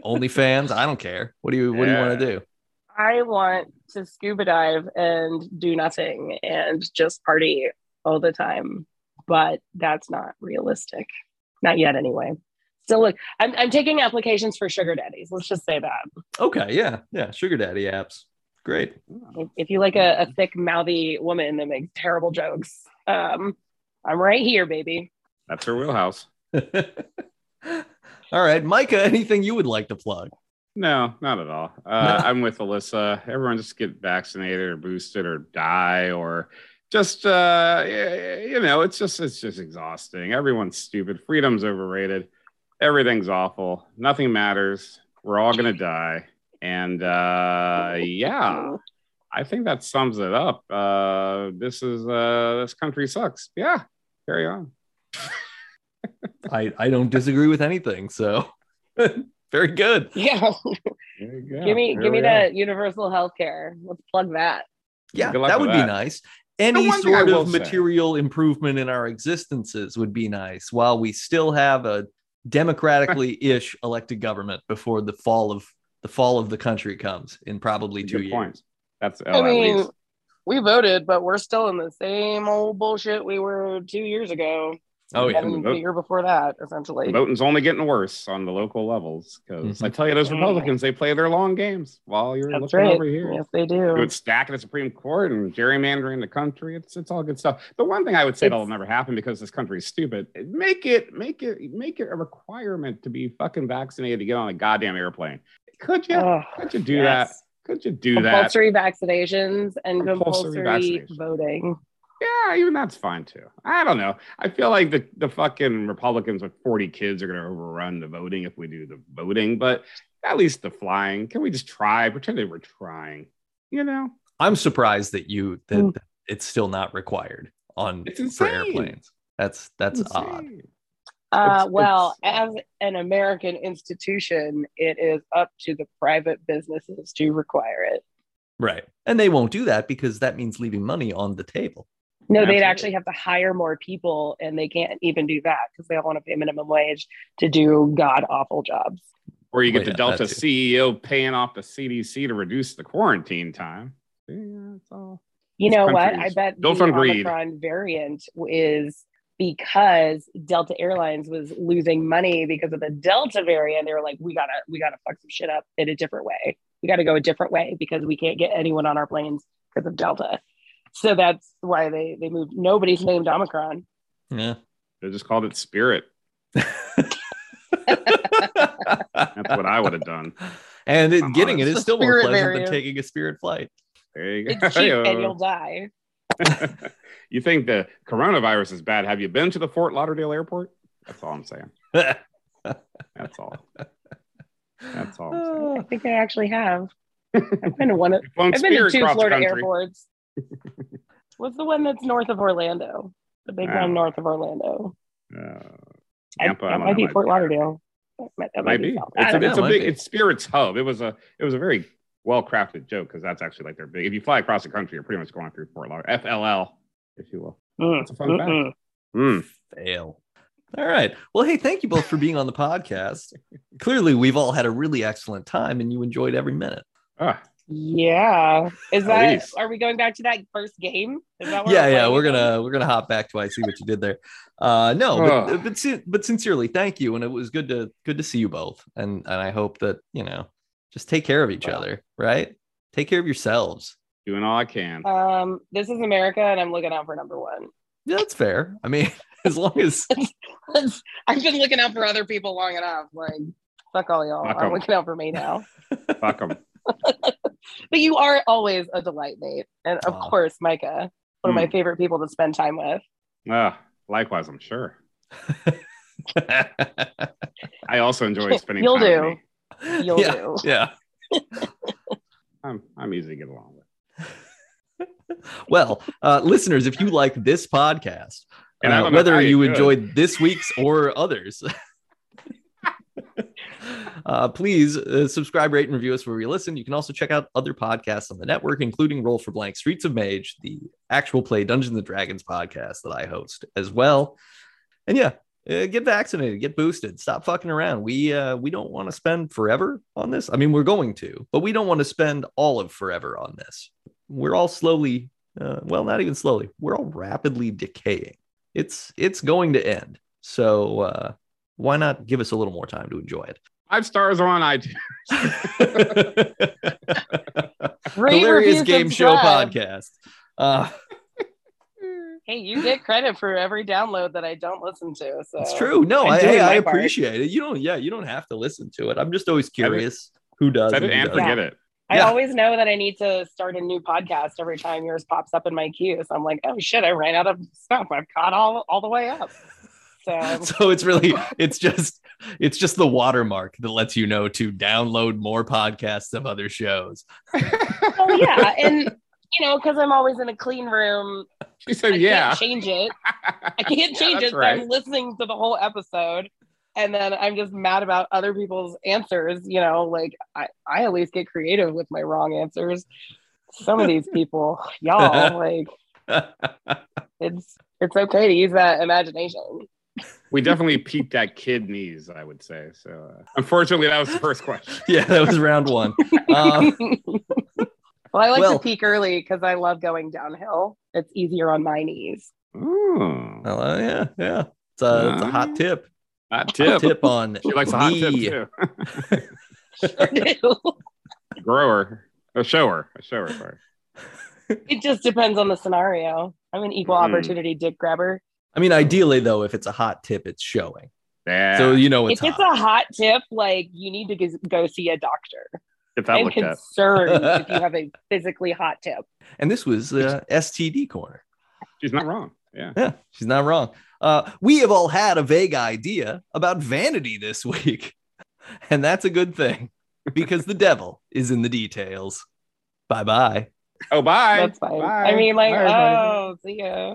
S1: OnlyFans, I don't care. What do you What do you want to
S3: Yeah.
S1: do?
S2: I want to scuba dive and do nothing and just party all the time, but that's not realistic. Not yet, anyway. So look, I'm, I'm taking applications for sugar daddies. Let's just say that.
S1: Okay, yeah, yeah, sugar daddy apps, great.
S3: Oh,
S2: If, if you like a, a thick, mouthy woman that makes terrible jokes, um, I'm right here, baby.
S3: That's her wheelhouse.
S1: all right, Micah, anything you would like to plug?
S3: No, not at all. Uh, I'm with Alyssa. Everyone just get vaccinated or boosted or die or just uh, y- you know, it's just it's just exhausting. Everyone's stupid. Freedom's overrated. Everything's awful. Nothing matters. We're all gonna die. And uh, yeah, I think that sums it up. Uh, this is uh, this country sucks. Yeah, carry on.
S1: I I don't disagree with anything, so very good.
S2: Yeah.
S3: There you go.
S2: give me,
S3: Here
S2: give
S3: we
S2: me
S3: are.
S2: that universal health care. Let's plug that.
S1: Yeah,
S3: Good luck
S1: that
S3: with
S1: would be
S3: that.
S1: nice. any
S3: one thing I
S1: sort
S3: will
S1: of
S3: say-
S1: material improvement in our existences would be nice while we still have a democratically ish elected government before the fall of the fall of the country comes in probably
S3: Good
S1: two years.
S3: point. That's
S2: I
S3: oh, at
S2: mean,
S3: least.
S2: we voted, but we're still in the same old bullshit we were two years ago.
S1: Oh, yeah.
S2: and the
S3: Vote-
S2: year before that, essentially.
S3: Voting's only getting worse on the local levels because I tell you, those
S2: Mhm.
S3: Republicans they play their long games while you're
S2: That's
S3: looking
S2: right.
S3: over here.
S2: Yes, they do.
S3: Good stack of the Supreme Court and gerrymandering the country. It's it's all good stuff. The one thing I would say that'll
S2: It's-
S3: never happen because this country is stupid. Make it make it make it a requirement to be fucking vaccinated to get on a goddamn airplane. Could you
S2: Ugh,
S3: could you do that?
S2: yes.
S3: Could you do that?
S2: Compulsory vaccinations and
S3: Compulsory
S2: compulsory,
S3: vaccinations.
S2: voting.
S3: Yeah, even that's fine too. I don't know. I feel like the, the fucking Republicans with 40 kids are going to overrun the voting if we do the voting, but at least the flying. Can we just try? Pretend they were trying. You know,
S1: I'm surprised that you that,
S2: Mm.
S1: that it's still not required on
S3: It's
S1: for
S3: insane.
S1: airplanes. That's that's odd.
S3: Insane.
S2: Uh,
S3: It's-
S2: well, as
S3: it's-
S2: an American institution, it is up to the private businesses to require it.
S1: Right. And they won't do that because that means leaving money on the table.
S2: No,
S3: Absolutely.
S2: they'd actually have to hire more people, and they can't even do that because they don't want to pay minimum wage to do god awful jobs.
S3: Or you get
S1: Well,
S3: the
S1: yeah,
S3: Delta
S1: that too.
S3: CEO paying off the CDC to reduce the quarantine time. Yeah, it's all.
S2: You
S3: These
S2: know what? I
S3: countries
S2: bet
S3: built
S2: the
S3: on greed.
S2: Omicron variant is because Delta Airlines was losing money because of the Delta variant. They were like, we gotta, we gotta fuck some shit up in a different way. We gotta go a different way because we can't get anyone on our planes because of Delta. So that's why they they moved. Nobody's named Omicron.
S1: Yeah.
S3: They just called it Spirit. That's what I would have done.
S1: and it,
S3: I'm
S1: getting it
S3: honest.
S1: is
S2: The
S1: still more
S2: spirit
S1: pleasant
S2: variant.
S1: than taking a spirit flight.
S3: There you go.
S2: It's cheap and you'll die.
S3: you think the coronavirus is bad? Have you been to the Fort Lauderdale airport? That's all I'm saying. That's all. That's all I'm saying.
S2: I think I actually have. I've been to one. Of,
S3: Flown
S2: I've been to
S3: Spirit
S2: two
S3: across the
S2: Florida
S3: country.
S2: airports. What's the one that's north of Orlando? The big
S3: Oh.
S2: one north of Orlando.
S3: Uh,
S2: I-
S3: Tampa, I
S2: that
S3: don't
S2: might
S3: know,
S2: be
S3: might
S2: Fort
S3: be.
S2: Lauderdale. That might, that might
S3: might be.
S2: South- I
S3: It's a,
S2: don't
S3: it's a
S1: might
S3: big.
S1: be.
S3: It's Spirits Hub. It was a. It was a very well crafted joke because that's actually like their big. If you fly across the country, you're pretty much going through Fort Lauderdale, FLL, if you will.
S2: know. Mm,
S3: It's a fun
S2: mm-mm.
S3: Mm.
S1: Hmm. Fail. All right. Well, hey, thank you both for being on the podcast. Clearly, we've all had a really excellent time and you enjoyed every minute.
S3: Ah,
S2: Yeah. Is
S3: At
S2: that?
S3: least.
S2: Are we going back to that first game? Is that
S1: yeah, yeah,
S2: playing
S1: we're
S2: again?
S1: gonna we're gonna hop back to I see what you did there. Uh no, but,
S2: Ah.
S3: Ugh.
S1: but sin- but sincerely, thank you. And it was good to good to see you both. And and I hope that, you know, just take care of each
S3: Wow.
S1: other, right? Take care of yourselves.
S3: doing all I can.
S2: Um, this is America, and I'm looking out for number one.
S1: Yeah, that's fair. I mean, as long as
S2: I've been looking out for other people long enough. Like, fuck all y'all.
S3: Fuck
S2: I'm
S3: 'em.
S2: looking out for me now.
S3: Fuck them.
S2: but you are always a delight, Nate, and of
S1: Aw.
S2: course, Micah, one of my
S3: Hmm.
S2: favorite people to spend time with.
S3: Ah, likewise, I'm sure. I also enjoy spending
S2: You'll
S3: time with
S2: do.
S3: me.
S2: You'll
S1: yeah,
S2: do.
S1: yeah.
S3: I'm, I'm easy to get along with.
S1: Well, uh, listeners, if you like this podcast,
S3: And I
S1: uh,
S3: don't know how
S1: whether
S3: you
S1: you
S3: could.
S1: enjoyed this week's or others, uh, please uh, subscribe, rate, and review us where you listen. You can also check out other podcasts on the network, including Roll for Blank, Streets of Mage, the actual play Dungeons and Dragons podcast that I host as well. And yeah, uh, get vaccinated, get boosted, stop fucking around. We uh, we don't want to spend forever on this. I mean, we're going to, but we don't want to spend all of forever on this. We're all slowly, uh, well, not even slowly. We're all rapidly decaying. It's it's going to end. So uh, why not give us a little more time to enjoy
S3: Five stars are on iTunes.
S1: it?
S2: Rate,
S1: Hilarious
S2: review,
S1: game show
S2: subscribe.
S1: podcast. Uh,
S2: Hey, you get credit for every download that I don't listen to. So
S1: it's true. No,
S2: I'm
S1: I,
S2: doing
S1: hey, I
S2: my part.
S1: appreciate it. You don't. Yeah, you don't have to listen to it. I'm just always curious who does.
S3: Said
S1: and
S3: it
S1: who
S3: and
S1: doesn't.
S3: forget it.
S2: I
S1: Yeah.
S2: always know that I need to start a new podcast every time yours pops up in my queue. So I'm like, oh shit, I ran out of stuff. I've caught all all the way up. So
S1: so it's really it's just it's just the watermark that lets you know to download more podcasts of other shows
S2: well, yeah, and you know, because I'm always in a clean room,
S3: She
S2: I
S3: said, yeah.
S2: can't change it. I can't
S3: Yeah,
S2: change
S3: that's
S2: it. So
S3: right.
S2: I'm listening to the whole episode, and then I'm just mad about other people's answers. You know, like I, I at least get creative with my wrong answers. Some of these people, y'all, like It's it's okay to use that imagination.
S3: We definitely peaked at kidneys, I would say. So, uh, unfortunately, that was the first question.
S1: yeah, that was round one. Um,
S2: Well, I like
S1: Well-
S2: to peak early because I love going downhill. It's easier on my knees.
S3: Ooh,
S1: well, uh, yeah, yeah. It's a, it's a hot tip.
S3: hot
S1: Hot
S3: tip.
S1: tip on
S3: She likes a hot tip
S1: knee
S3: too.
S2: Sure do.
S3: Grower, a shower, a shower. Sorry.
S2: it just depends on the scenario. I'm an
S1: Hmm.
S2: equal
S3: Mm.
S2: opportunity dick grabber.
S1: I mean, ideally though, if it's a hot tip, it's showing,
S3: Yeah.
S1: so you know Oh, it's
S2: if it's
S1: hot.
S2: a hot tip, like you need to g- go see a doctor.
S3: if that
S2: I'm
S3: looked at.
S2: concerned if you have a physically hot tip.
S1: and this was uh, STD corner.
S3: She's not wrong. Yeah.
S1: Yeah, she's not wrong. Uh, we have all had a vague idea about vanity this week, and that's a good thing because the devil is in the details. Bye bye.
S3: Oh, bye.
S2: That's fine.
S3: Bye.
S2: I mean, like,
S3: Bye, everybody.
S2: oh, see ya.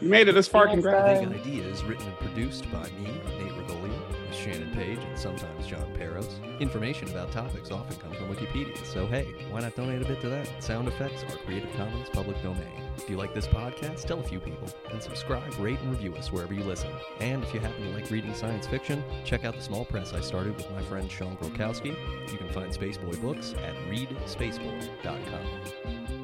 S3: You made it this far.
S2: Yeah,
S3: Congrats.
S2: bye.
S1: Vague Idea is written and produced by me, Nate Regolia, Shannon Page, and sometimes John Peros. Information about topics often comes from Wikipedia, so hey, why not donate a bit to that? Sound effects are Creative Commons public domain. If you like this podcast, tell a few people and subscribe, rate, and review us wherever you listen. And if you happen to like reading science fiction, check out the small press I started with my friend Sean Grokowski. You can find Spaceboy Books at readspaceboy.com.